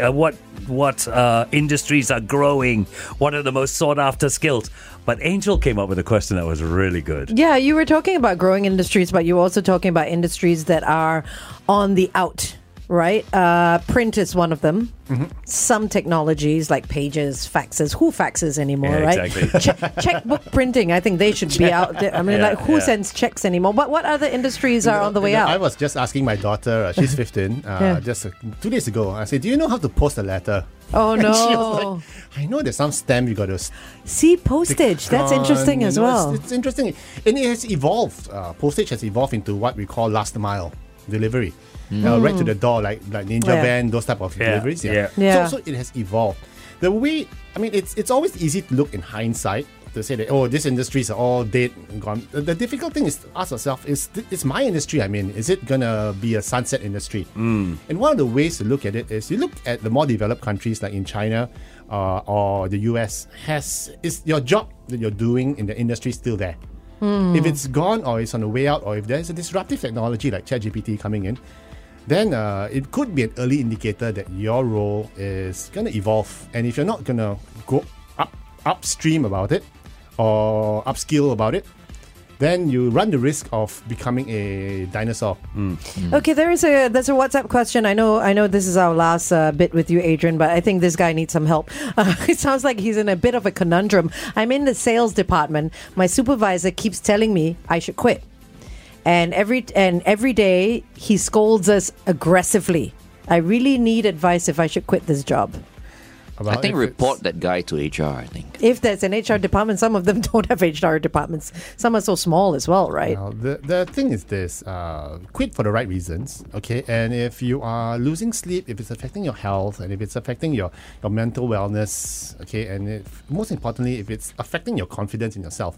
Speaker 6: uh, what what uh, industries are growing? What are the most sought after skills? But Angel came up with a question that was really good.
Speaker 7: Yeah, you were talking about growing industries, but you were also talking about industries that are on the out, right? Uh, print is one of them.
Speaker 6: Mm-hmm.
Speaker 7: Some technologies like pages, faxes. Who faxes anymore,
Speaker 6: Yeah,
Speaker 7: right?
Speaker 6: exactly.
Speaker 7: Che- checkbook printing. I think they should be out there. I mean,
Speaker 6: Yeah,
Speaker 7: like, who
Speaker 6: yeah.
Speaker 7: sends checks anymore? What What other industries are on the way
Speaker 5: You know, I
Speaker 7: out?
Speaker 5: was just asking my daughter, uh, she's 15, uh,
Speaker 7: Yeah.
Speaker 5: just uh, two days ago. I said, Do you know how to post a letter?
Speaker 7: Oh,
Speaker 5: And she
Speaker 7: no.
Speaker 5: was like, I know there's some stamp you got to.
Speaker 7: See, postage. That's interesting as well.
Speaker 5: It's, it's interesting. And it has evolved. Uh, postage has evolved into what we call last mile delivery. Uh, right to the door, like like Ninja
Speaker 7: Oh, Yeah.
Speaker 5: Van, those type of
Speaker 6: Yeah,
Speaker 5: deliveries.
Speaker 6: yeah.
Speaker 5: Yeah.
Speaker 7: Yeah.
Speaker 5: So, so it has evolved. The way, I mean, it's it's always easy to look in hindsight to say that, oh, these industries are all dead and gone. The, the difficult thing is to ask yourself, is th- is my industry, I mean, is it going to be a sunset industry?
Speaker 6: Mm.
Speaker 5: And one of the ways to look at it is you look at the more developed countries like in China uh, or the US, has is your job that you're doing in the industry still there? If it's gone or it's on the way out or if there's a disruptive technology like ChatGPT coming in, then uh, it could be an early indicator that your role is going to evolve. And if you're not going to go up upstream about it or upskill about it, then you run the risk of becoming a dinosaur.
Speaker 4: Hmm.
Speaker 7: Okay, there is a there's a WhatsApp question. I know I know this is our last uh, bit with you, Adrian, but I think this guy needs some help. Uh, it sounds like he's in a bit of a conundrum. I'm in the sales department. My supervisor keeps telling me I should quit, and every and every day he scolds us aggressively. I really need advice if I should quit this job.
Speaker 5: About
Speaker 4: I think
Speaker 5: if it's-
Speaker 4: report that guy to HR, I think.
Speaker 7: If there's an HR department, some of them don't have HR departments. Some are so small as well, right?
Speaker 5: Now, the, the thing is this uh, quit for the right reasons, okay? And if you are losing sleep, if it's affecting your health, and if it's affecting your, your mental wellness, okay? And if, most importantly, if it's affecting your confidence in yourself.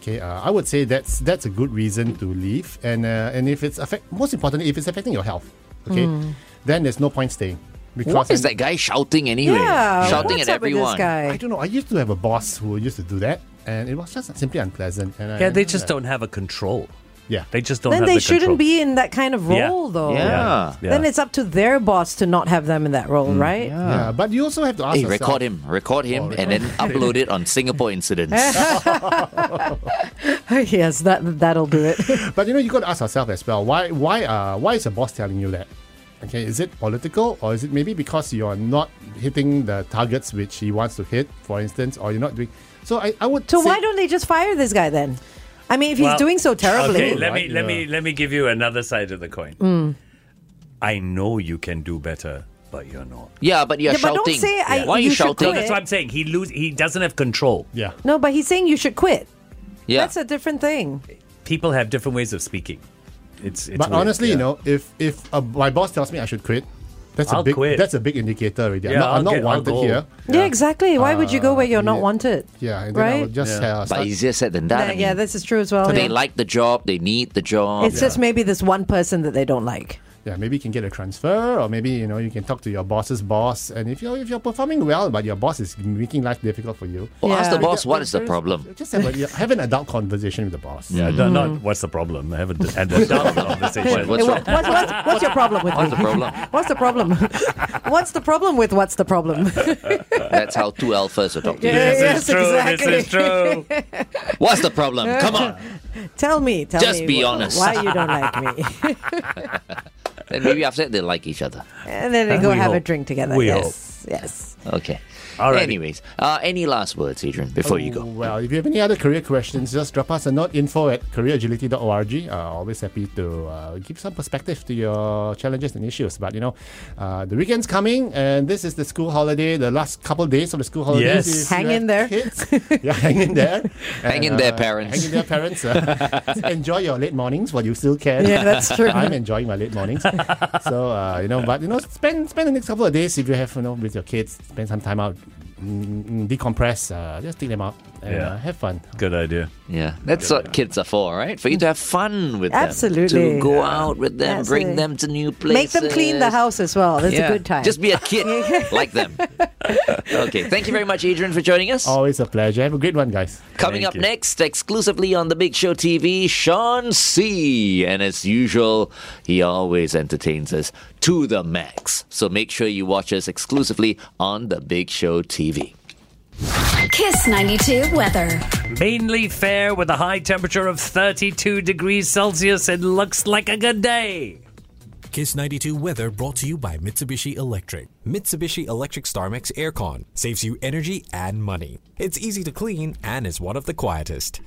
Speaker 5: Okay, uh, I would say that's that's a good reason to leave, and uh, and if it's affect most importantly, if it's affecting your health, okay,
Speaker 6: Hmm.
Speaker 5: then there's no point staying. Because
Speaker 4: What is that guy shouting anyway?
Speaker 7: Yeah,
Speaker 4: shouting
Speaker 7: what's
Speaker 4: at
Speaker 7: up with this
Speaker 4: everyone.
Speaker 7: guy?
Speaker 5: I don't know. I used to have a boss who used to do that, and it was just simply unpleasant. And
Speaker 6: Yeah,
Speaker 5: I,
Speaker 6: they just don't have a control.
Speaker 5: Yeah,
Speaker 6: They just don't.
Speaker 7: then
Speaker 6: have
Speaker 7: they
Speaker 6: the
Speaker 7: shouldn't
Speaker 6: control.
Speaker 7: be in that kind of
Speaker 6: Yeah.
Speaker 7: role, though.
Speaker 4: Yeah.
Speaker 6: Yeah.
Speaker 7: Then it's up to their boss to not have them in that role, right?
Speaker 5: Yeah, Uh, but you also have to ask
Speaker 4: Hey,
Speaker 5: yourself.
Speaker 4: record him, record him, and then upload it on Singapore Incidents.
Speaker 7: Oh, yes, that that'll do it.
Speaker 5: But you know, you got to ask yourself as well. Why? Why? Uh, why is your boss telling you that? Okay, is it political, or is it maybe because you're not hitting the targets which he wants to hit, for instance, or you're not doing? So I, I would.
Speaker 7: so
Speaker 5: say-
Speaker 7: why don't they just fire this guy then? I mean, if he's
Speaker 6: Well,
Speaker 7: doing so terribly, Mm.
Speaker 6: Okay, let me
Speaker 5: Right,
Speaker 6: let me
Speaker 5: yeah.
Speaker 6: let me give you another side of the coin. I know you can do better, but you're not.
Speaker 4: yeah, but you're
Speaker 7: Yeah, but
Speaker 4: shouting.
Speaker 7: don't say I-
Speaker 4: Why are
Speaker 7: you
Speaker 4: you
Speaker 7: should
Speaker 6: No,
Speaker 4: shouting?
Speaker 7: quit.
Speaker 6: that's what I'm saying. He lose. He doesn't have control.
Speaker 5: Yeah.
Speaker 7: no, but he's saying you should quit.
Speaker 4: Yeah.
Speaker 7: That's a different thing.
Speaker 6: People have different ways of speaking. It's. it's
Speaker 5: But
Speaker 6: weird,
Speaker 5: honestly,
Speaker 6: yeah.
Speaker 5: you know, if if uh, my boss tells me I should quit, that's
Speaker 6: I'll
Speaker 5: a big
Speaker 6: quit.
Speaker 5: that's a big indicator already. I'm
Speaker 6: Yeah,
Speaker 5: not, I'm
Speaker 6: I'll
Speaker 5: not
Speaker 6: get- I'll
Speaker 5: wanted
Speaker 6: go.
Speaker 5: here.
Speaker 7: Yeah, exactly. Why would you go where you're not
Speaker 5: yeah.
Speaker 7: wanted?
Speaker 5: Yeah, and then I
Speaker 7: right.
Speaker 5: would just uh,
Speaker 4: but
Speaker 5: start-
Speaker 4: easier said than
Speaker 7: Yeah,
Speaker 4: done. I
Speaker 7: yeah,
Speaker 4: mean.
Speaker 7: this is true as well.
Speaker 4: They
Speaker 7: yeah.
Speaker 4: like the job. They need the job.
Speaker 7: it's just maybe this one person that they don't like.
Speaker 5: yeah, maybe you can get a transfer, or maybe you know you can talk to your boss's boss, and if you're if you're performing well, but your boss is making life difficult for you,
Speaker 4: Well, ask
Speaker 7: Yeah.
Speaker 4: the boss
Speaker 5: Yeah,
Speaker 4: what is the
Speaker 5: there
Speaker 4: problem.
Speaker 5: Just have, a, yeah, have an adult conversation with the boss.
Speaker 6: Yeah, no, not
Speaker 7: Hmm.
Speaker 6: what's the problem. I haven't had a dumb
Speaker 4: What-
Speaker 6: conversation.
Speaker 4: What's
Speaker 7: Hey,
Speaker 4: wrong?
Speaker 7: what- what's, what's, what's your problem with
Speaker 4: What's
Speaker 7: me?
Speaker 4: the problem?
Speaker 7: What's the problem? what's the problem with what's the problem?
Speaker 4: That's how two alphas are talking.
Speaker 7: Yeah. yes,
Speaker 6: this is true.
Speaker 7: exactly.
Speaker 6: This is true.
Speaker 4: What's the problem? Come on.
Speaker 7: tell me. Tell
Speaker 4: Just
Speaker 7: me
Speaker 4: be
Speaker 7: wh-
Speaker 4: honest.
Speaker 7: Why you don't like me?
Speaker 4: Then maybe after that they like each other.
Speaker 7: And then they go
Speaker 6: We
Speaker 7: have a
Speaker 6: hope.
Speaker 7: drink together.
Speaker 6: We
Speaker 7: yes. Yes.
Speaker 4: Okay.
Speaker 6: Alrighty.
Speaker 4: Anyways, uh, any last words, Adrian, before you go?
Speaker 5: Oh, Well, if you have any other career questions, just drop us a note info at careeragility.org. Uh, always happy to uh, give some perspective to your challenges and issues. But you know, uh, the weekend's coming, and this is the school holiday, the last couple days of the school holidays.
Speaker 6: Yes.
Speaker 5: If you
Speaker 7: Hang
Speaker 5: have
Speaker 7: in there.
Speaker 5: Kids, yeah, hang in there.
Speaker 4: Hang in
Speaker 5: And,
Speaker 4: there,
Speaker 5: uh,
Speaker 4: parents.
Speaker 5: Hang in there, parents. Uh, enjoy your late mornings while you still can.
Speaker 7: Yeah, that's true.
Speaker 5: I'm enjoying my late mornings. so uh, you know, but you know, spend spend the next couple of days if you have you know with your kids, spend some time out. mm, decompress, uh, just take them out and
Speaker 6: Yeah.
Speaker 5: uh, have fun.
Speaker 6: Good idea.
Speaker 4: Yeah, that's what kids are for, right? For you to have fun with them, to
Speaker 7: Absolutely.
Speaker 4: go out with them, bring
Speaker 7: Absolutely.
Speaker 4: them to new
Speaker 7: Make
Speaker 4: places,
Speaker 7: them clean the house as well. That's
Speaker 4: Yeah.
Speaker 7: a good time.
Speaker 4: Just be a kid like them. Okay, thank you very much, Adrian, for joining us.
Speaker 5: Always a pleasure. Have a great one, guys.
Speaker 4: Coming
Speaker 6: Thank
Speaker 4: up
Speaker 6: you.
Speaker 4: next, exclusively on the Big Show TV, Sean C. And as usual, he always entertains us to the max. So make sure you watch us exclusively on the Big Show TV.
Speaker 8: Kiss 92 weather.
Speaker 6: Mainly fair with a high temperature of 32 degrees Celsius. It looks like a good day.
Speaker 9: Kiss 92 weather brought to you by Mitsubishi Electric. Mitsubishi Electric StarMix Aircon saves you energy and money. It's easy to clean and is one of the quietest.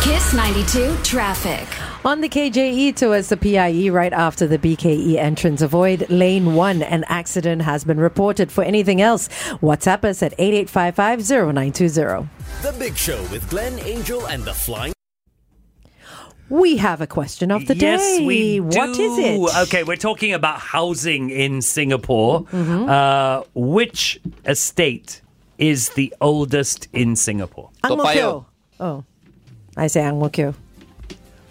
Speaker 8: Kiss 92 traffic.
Speaker 7: On the KJE towards the PIE right after the BKE entrance, avoid lane one. An accident has been reported. For anything else, WhatsApp us at 88550920.
Speaker 10: The Big Show with Glenn Angel and the Flying.
Speaker 7: We have a question of the
Speaker 6: yes,
Speaker 7: day.
Speaker 6: we do.
Speaker 7: What is it?
Speaker 6: Okay, we're talking about housing in Singapore.
Speaker 7: Mm-hmm.
Speaker 6: Uh, which estate is the oldest in Singapore?
Speaker 7: Ang Mo
Speaker 4: Toa Payoh.
Speaker 7: Kio. Oh, I say Ang Mo Kio.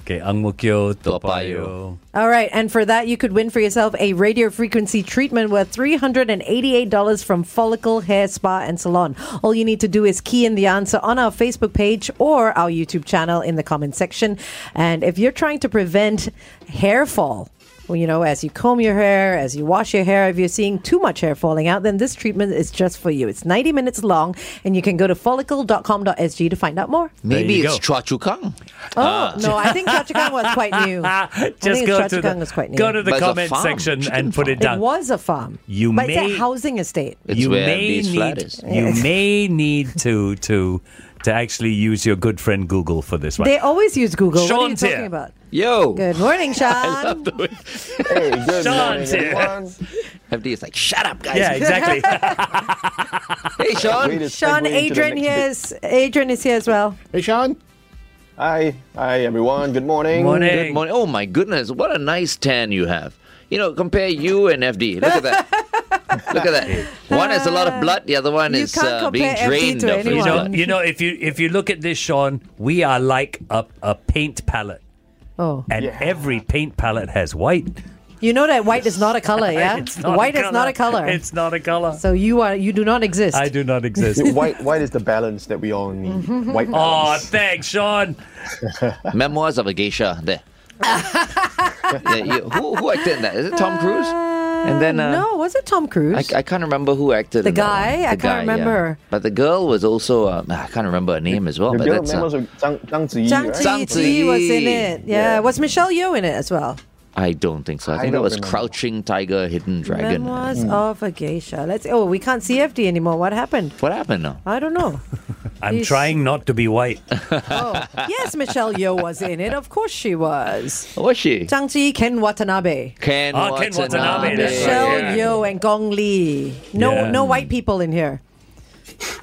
Speaker 6: Okay, Ang Mo Kio,
Speaker 4: Toa
Speaker 6: Toa
Speaker 4: Payoh.
Speaker 6: Payoh.
Speaker 7: All right, and for that, you could win for yourself a radio frequency treatment worth $388 from Follicle Hair Spa and Salon. All you need to do is key in the answer on our Facebook page or our YouTube channel in the comment section. And if you're trying to prevent hair fall, well, you know, as you comb your hair, as you wash your hair, if you're seeing too much hair falling out, then this treatment is just for you. It's 90 minutes long, and you can go to follicle.com.sg to find out more.
Speaker 4: Maybe
Speaker 6: you
Speaker 4: it's
Speaker 6: go.
Speaker 4: Chua Chu Kang.
Speaker 7: Oh, no, I think Chachikang was quite new. I
Speaker 6: Just
Speaker 7: think
Speaker 6: go to
Speaker 7: Choa Chu
Speaker 6: the,
Speaker 7: Kang was quite new.
Speaker 6: go to the
Speaker 4: But it's a
Speaker 6: comment
Speaker 4: farm,
Speaker 6: section
Speaker 4: chicken
Speaker 6: and put it
Speaker 4: farm.
Speaker 6: down.
Speaker 7: It was a farm.
Speaker 6: You
Speaker 7: but it's
Speaker 6: may-
Speaker 7: a housing estate.
Speaker 4: It's where Beach Flat is.
Speaker 6: You may need to to to actually use your good friend Google for this one.
Speaker 7: They always use Google. what are you
Speaker 6: Sean's here.
Speaker 7: talking about?
Speaker 4: Yo!
Speaker 7: Good morning, Sean.
Speaker 6: Sean's here.
Speaker 4: FD is like, shut up, guys.
Speaker 6: Yeah, exactly.
Speaker 4: Hey, Sean.
Speaker 7: Sean, Adrian here is Adrian is here as well.
Speaker 5: Hey, Sean.
Speaker 11: Hi, hi everyone. Good morning.
Speaker 4: Good morning. Oh, my goodness. What a nice tan you have. You know, compare you and FD. Look at that. Look at that. One has a lot of blood, the other one
Speaker 7: You
Speaker 4: is
Speaker 7: can't
Speaker 4: uh, being
Speaker 7: compare FD
Speaker 4: drained
Speaker 7: to
Speaker 4: of his
Speaker 7: anyone.
Speaker 6: You know,
Speaker 4: blood.
Speaker 6: you know, if you if you look at this, Sean, we are like a, a paint palette,
Speaker 7: Oh,
Speaker 6: and
Speaker 11: Yeah.
Speaker 6: every paint palette has white.
Speaker 7: you know that white is not a color, yeah?
Speaker 6: It's not
Speaker 7: white
Speaker 6: a
Speaker 7: is not a color.
Speaker 6: It's not a color.
Speaker 7: so you are you do not exist.
Speaker 6: I do not exist.
Speaker 11: White, white is the balance that we all need. White
Speaker 6: oh,
Speaker 11: balance.
Speaker 6: thanks, Sean.
Speaker 4: Memoirs of a Geisha. There. yeah, you, who, who acted in that? Is it Tom Cruise? And then uh,
Speaker 7: no, was it Tom Cruise?
Speaker 4: I, I can't remember who acted.
Speaker 7: The
Speaker 4: in that one.
Speaker 7: guy? I can't remember her.
Speaker 4: But the girl was also. Um, I can't remember her name as well.
Speaker 11: The
Speaker 4: But
Speaker 11: girl
Speaker 4: that's
Speaker 11: members
Speaker 4: uh,
Speaker 11: of Zhang, Zhang Ziyi,
Speaker 7: Zhang
Speaker 11: right?
Speaker 4: Zhang
Speaker 7: Ziyi was in
Speaker 4: Ziyi.
Speaker 7: it. Yeah.
Speaker 11: Yeah.
Speaker 7: was Michelle Yeoh in it as well?
Speaker 4: I don't think so. I
Speaker 11: I
Speaker 4: think that
Speaker 11: don't
Speaker 4: was
Speaker 11: remember.
Speaker 4: Crouching Tiger, Hidden Dragon.
Speaker 7: Memoirs of a Geisha. Let's. Oh, we can't see FD anymore. What happened?
Speaker 4: What happened now?
Speaker 7: I don't know.
Speaker 6: I'm
Speaker 7: He's-
Speaker 6: trying not to be white.
Speaker 7: Oh, yes, Michelle Yeoh was in it. Of course she was.
Speaker 4: Oh, was she?
Speaker 7: Zhang Ziyi, Ken Watanabe,
Speaker 4: Ken,
Speaker 6: Oh,
Speaker 4: Watanabe.
Speaker 6: Ken Watanabe, that's right, yeah.
Speaker 7: Michelle Yeoh, and Gong Li. No,
Speaker 6: Yeah.
Speaker 7: no white people in here.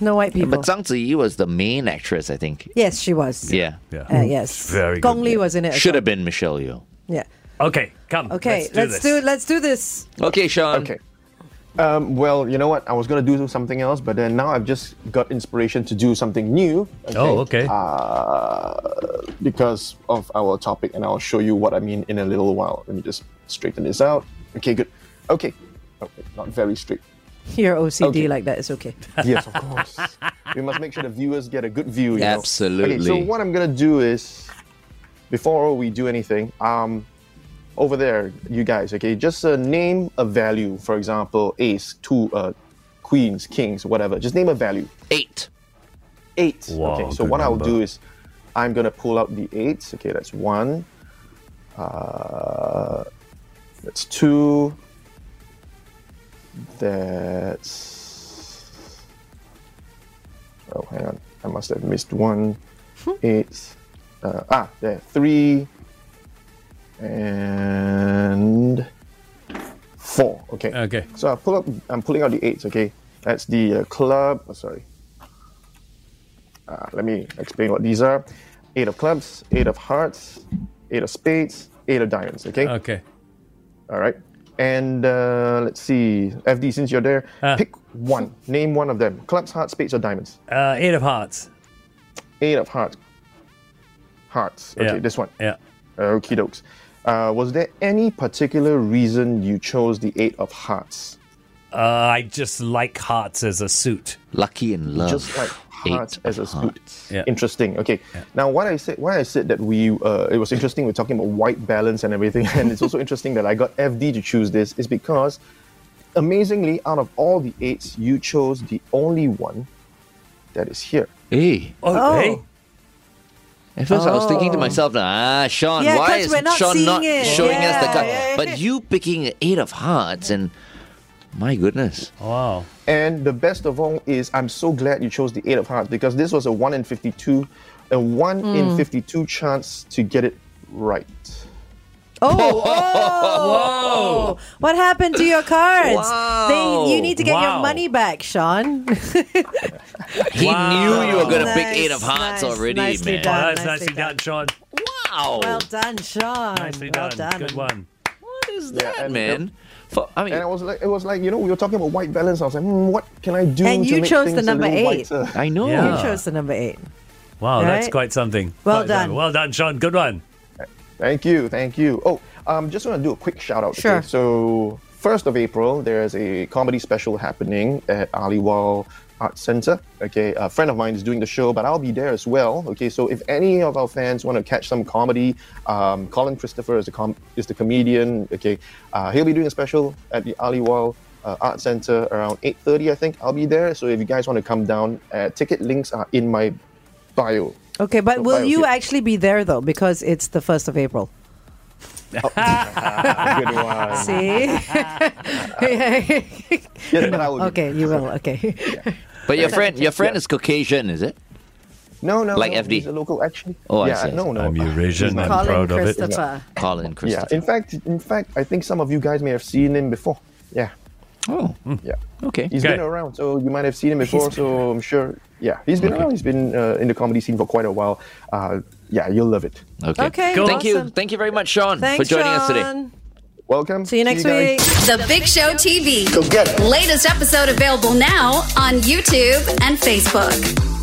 Speaker 7: No white people.
Speaker 4: But Zhang Ziyi was the main actress, I think.
Speaker 7: yes, she was.
Speaker 4: Yeah.
Speaker 6: Yeah.
Speaker 7: Uh, yes.
Speaker 6: Very
Speaker 7: Gong
Speaker 6: good.
Speaker 7: Li was in it. as
Speaker 4: Should
Speaker 7: well.
Speaker 4: have been Michelle Yeoh.
Speaker 7: Yeah.
Speaker 6: Okay, come.
Speaker 7: Okay.
Speaker 6: let's do
Speaker 7: Let's
Speaker 6: this.
Speaker 7: do. Let's do this.
Speaker 4: Okay, Sean.
Speaker 11: Okay. Um, well, you know what? I was gonna do something else, but then now I've just got inspiration to do something new.
Speaker 6: Oh, okay.
Speaker 11: Uh, because of our topic, and I'll show you what I mean in a little while. Let me just straighten this out. Okay, good. Okay. Okay, not very straight.
Speaker 7: You're OCD
Speaker 11: Okay.
Speaker 7: like that. It's okay.
Speaker 11: yes, of course. we must make sure the viewers get a good view. you know.
Speaker 4: Absolutely.
Speaker 11: Okay, so what I'm gonna do is, before we do anything, um, over there, you guys, okay, just uh, name a value. For example, ace, two, uh, queens, kings, whatever. Just name a value.
Speaker 4: Eight.
Speaker 11: Eight.
Speaker 6: Wow,
Speaker 11: okay. So
Speaker 6: good
Speaker 11: what I'll
Speaker 6: number.
Speaker 11: do is, I'm gonna pull out the eights. Okay, that's one. Uh, that's two. That's. Oh, hang on. I must have missed one. Eight. Uh, ah, there. Three. And four. Okay.
Speaker 6: Okay.
Speaker 11: So I pull up. I'm pulling out the eights. Okay. That's the uh, club. Oh, sorry. Uh, let me explain what these are. Eight of clubs. Eight of hearts. Eight of spades. Eight of diamonds. Okay.
Speaker 6: Okay.
Speaker 11: All right. And uh, let's see, FD, since you're there, pick one. Name one of them. Clubs, hearts, spades, or diamonds.
Speaker 6: Uh, eight of hearts.
Speaker 11: Eight of hearts. Hearts. Okay,
Speaker 6: Yeah.
Speaker 11: this one.
Speaker 6: Yeah.
Speaker 11: Okie dokes. Uh, was there any particular reason you chose the eight of hearts?
Speaker 6: Uh, I just like hearts as a suit.
Speaker 4: Lucky in love.
Speaker 11: Just like hearts
Speaker 4: Eight
Speaker 11: as a
Speaker 4: of
Speaker 11: suit.
Speaker 4: hearts.
Speaker 6: Yeah.
Speaker 11: Interesting. Okay. Now, what I said, why I said that we, uh, it was interesting. We're talking about white balance and everything, and it's also interesting that I got FD to choose this is because, amazingly, out of all the eights, you chose the only one that is here.
Speaker 4: Hey.
Speaker 6: Oh,
Speaker 7: Oh.
Speaker 6: hey.
Speaker 4: At first, I was thinking to myself, "Ah, Sean,
Speaker 7: Yeah,
Speaker 4: why
Speaker 7: 'cause
Speaker 4: is
Speaker 7: we're not
Speaker 4: Sean not
Speaker 7: seeing it.
Speaker 4: showing us the
Speaker 7: Yeah,
Speaker 4: card?"
Speaker 7: yeah, yeah.
Speaker 4: But you picking eight of hearts, and my goodness,
Speaker 6: Wow.
Speaker 11: And the best of all is I'm so glad you chose the Eight of Hearts because this was a 1 in 52, a 1
Speaker 4: Hmm.
Speaker 11: in 52 chance to get it right.
Speaker 7: Oh, oh. What happened to your cards?
Speaker 4: Wow.
Speaker 7: They, you need to get
Speaker 6: Wow.
Speaker 7: your money back, Sean.
Speaker 4: he knew you were going to pick
Speaker 7: Nice,
Speaker 4: eight of hearts
Speaker 7: nice,
Speaker 4: already,
Speaker 7: nicely
Speaker 4: man.
Speaker 7: done.
Speaker 6: Wow,
Speaker 7: Ah,
Speaker 6: that's
Speaker 7: nicely
Speaker 6: nicely done, Sean.
Speaker 4: Wow,
Speaker 7: well done, Sean.
Speaker 6: Nicely
Speaker 7: well
Speaker 6: done.
Speaker 7: done.
Speaker 6: Good one.
Speaker 4: what is
Speaker 11: Yeah,
Speaker 4: that,
Speaker 11: and-
Speaker 4: man? For- I mean,
Speaker 11: And I was like, it was like, you know, we were talking about white balance. I was like, hmm, what can I do?
Speaker 7: And
Speaker 11: to
Speaker 7: you
Speaker 11: make
Speaker 7: chose the
Speaker 11: things a
Speaker 7: number
Speaker 11: little
Speaker 7: eight.
Speaker 11: whiter?
Speaker 4: I know.
Speaker 6: Yeah.
Speaker 7: You chose the number eight.
Speaker 6: Wow, that's
Speaker 7: Right?
Speaker 6: quite something.
Speaker 7: Well
Speaker 6: Quite something.
Speaker 7: done.
Speaker 6: Well done, Sean. Good one.
Speaker 11: Thank you, thank you. Oh, um, just want to do a quick shout out.
Speaker 7: Sure.
Speaker 11: Okay? So, first of April, there's a comedy special happening at Aliwal Art Center. Okay, a friend of mine is doing the show, but I'll be there as well. Okay, so if any of our fans want to catch some comedy, um, Colin Christopher is the com- is the comedian. Okay, uh, he'll be doing a special at the Aliwal. Uh, art center around 8.30 i think i'll be there so if you guys want to come down uh, ticket links are in my bio
Speaker 7: Okay, but
Speaker 11: So
Speaker 7: will
Speaker 11: bio
Speaker 7: you
Speaker 11: here.
Speaker 7: actually be there though? Because it's the first of April.
Speaker 11: good one
Speaker 7: See?
Speaker 11: yes, but I will be
Speaker 7: okay, you will. Okay.
Speaker 4: But your friend, your friend is Caucasian, is it?
Speaker 11: No, no.
Speaker 4: Like
Speaker 11: no,
Speaker 4: FD.
Speaker 11: He's a local, actually.
Speaker 4: Oh, I
Speaker 11: yeah,
Speaker 4: see, I
Speaker 11: No,
Speaker 4: see.
Speaker 11: no.
Speaker 6: I'm
Speaker 11: uh,
Speaker 6: Eurasian. I'm
Speaker 7: Colin
Speaker 6: proud of it.
Speaker 7: Christopher.
Speaker 4: Colin
Speaker 11: Yeah.
Speaker 4: Christopher.
Speaker 11: In fact, in fact, I think some of you guys may have seen him before. Yeah,
Speaker 4: Oh,
Speaker 11: yeah.
Speaker 4: okay.
Speaker 11: He's
Speaker 6: Okay.
Speaker 11: been around, so you might have seen him before. So I'm sure. Yeah, he's been around. He's been uh, in the comedy scene for quite a while. Uh, yeah, you'll love it.
Speaker 4: Okay.
Speaker 7: Okay,
Speaker 4: Thank you.
Speaker 7: awesome.
Speaker 4: Thank you very much, Sean,
Speaker 7: Thanks
Speaker 4: for joining us today.
Speaker 7: Sean.
Speaker 11: Welcome.
Speaker 7: See you next
Speaker 11: guys.
Speaker 7: week.
Speaker 8: The Big Show TV.
Speaker 11: Go get it.
Speaker 8: Latest episode available now on YouTube and Facebook.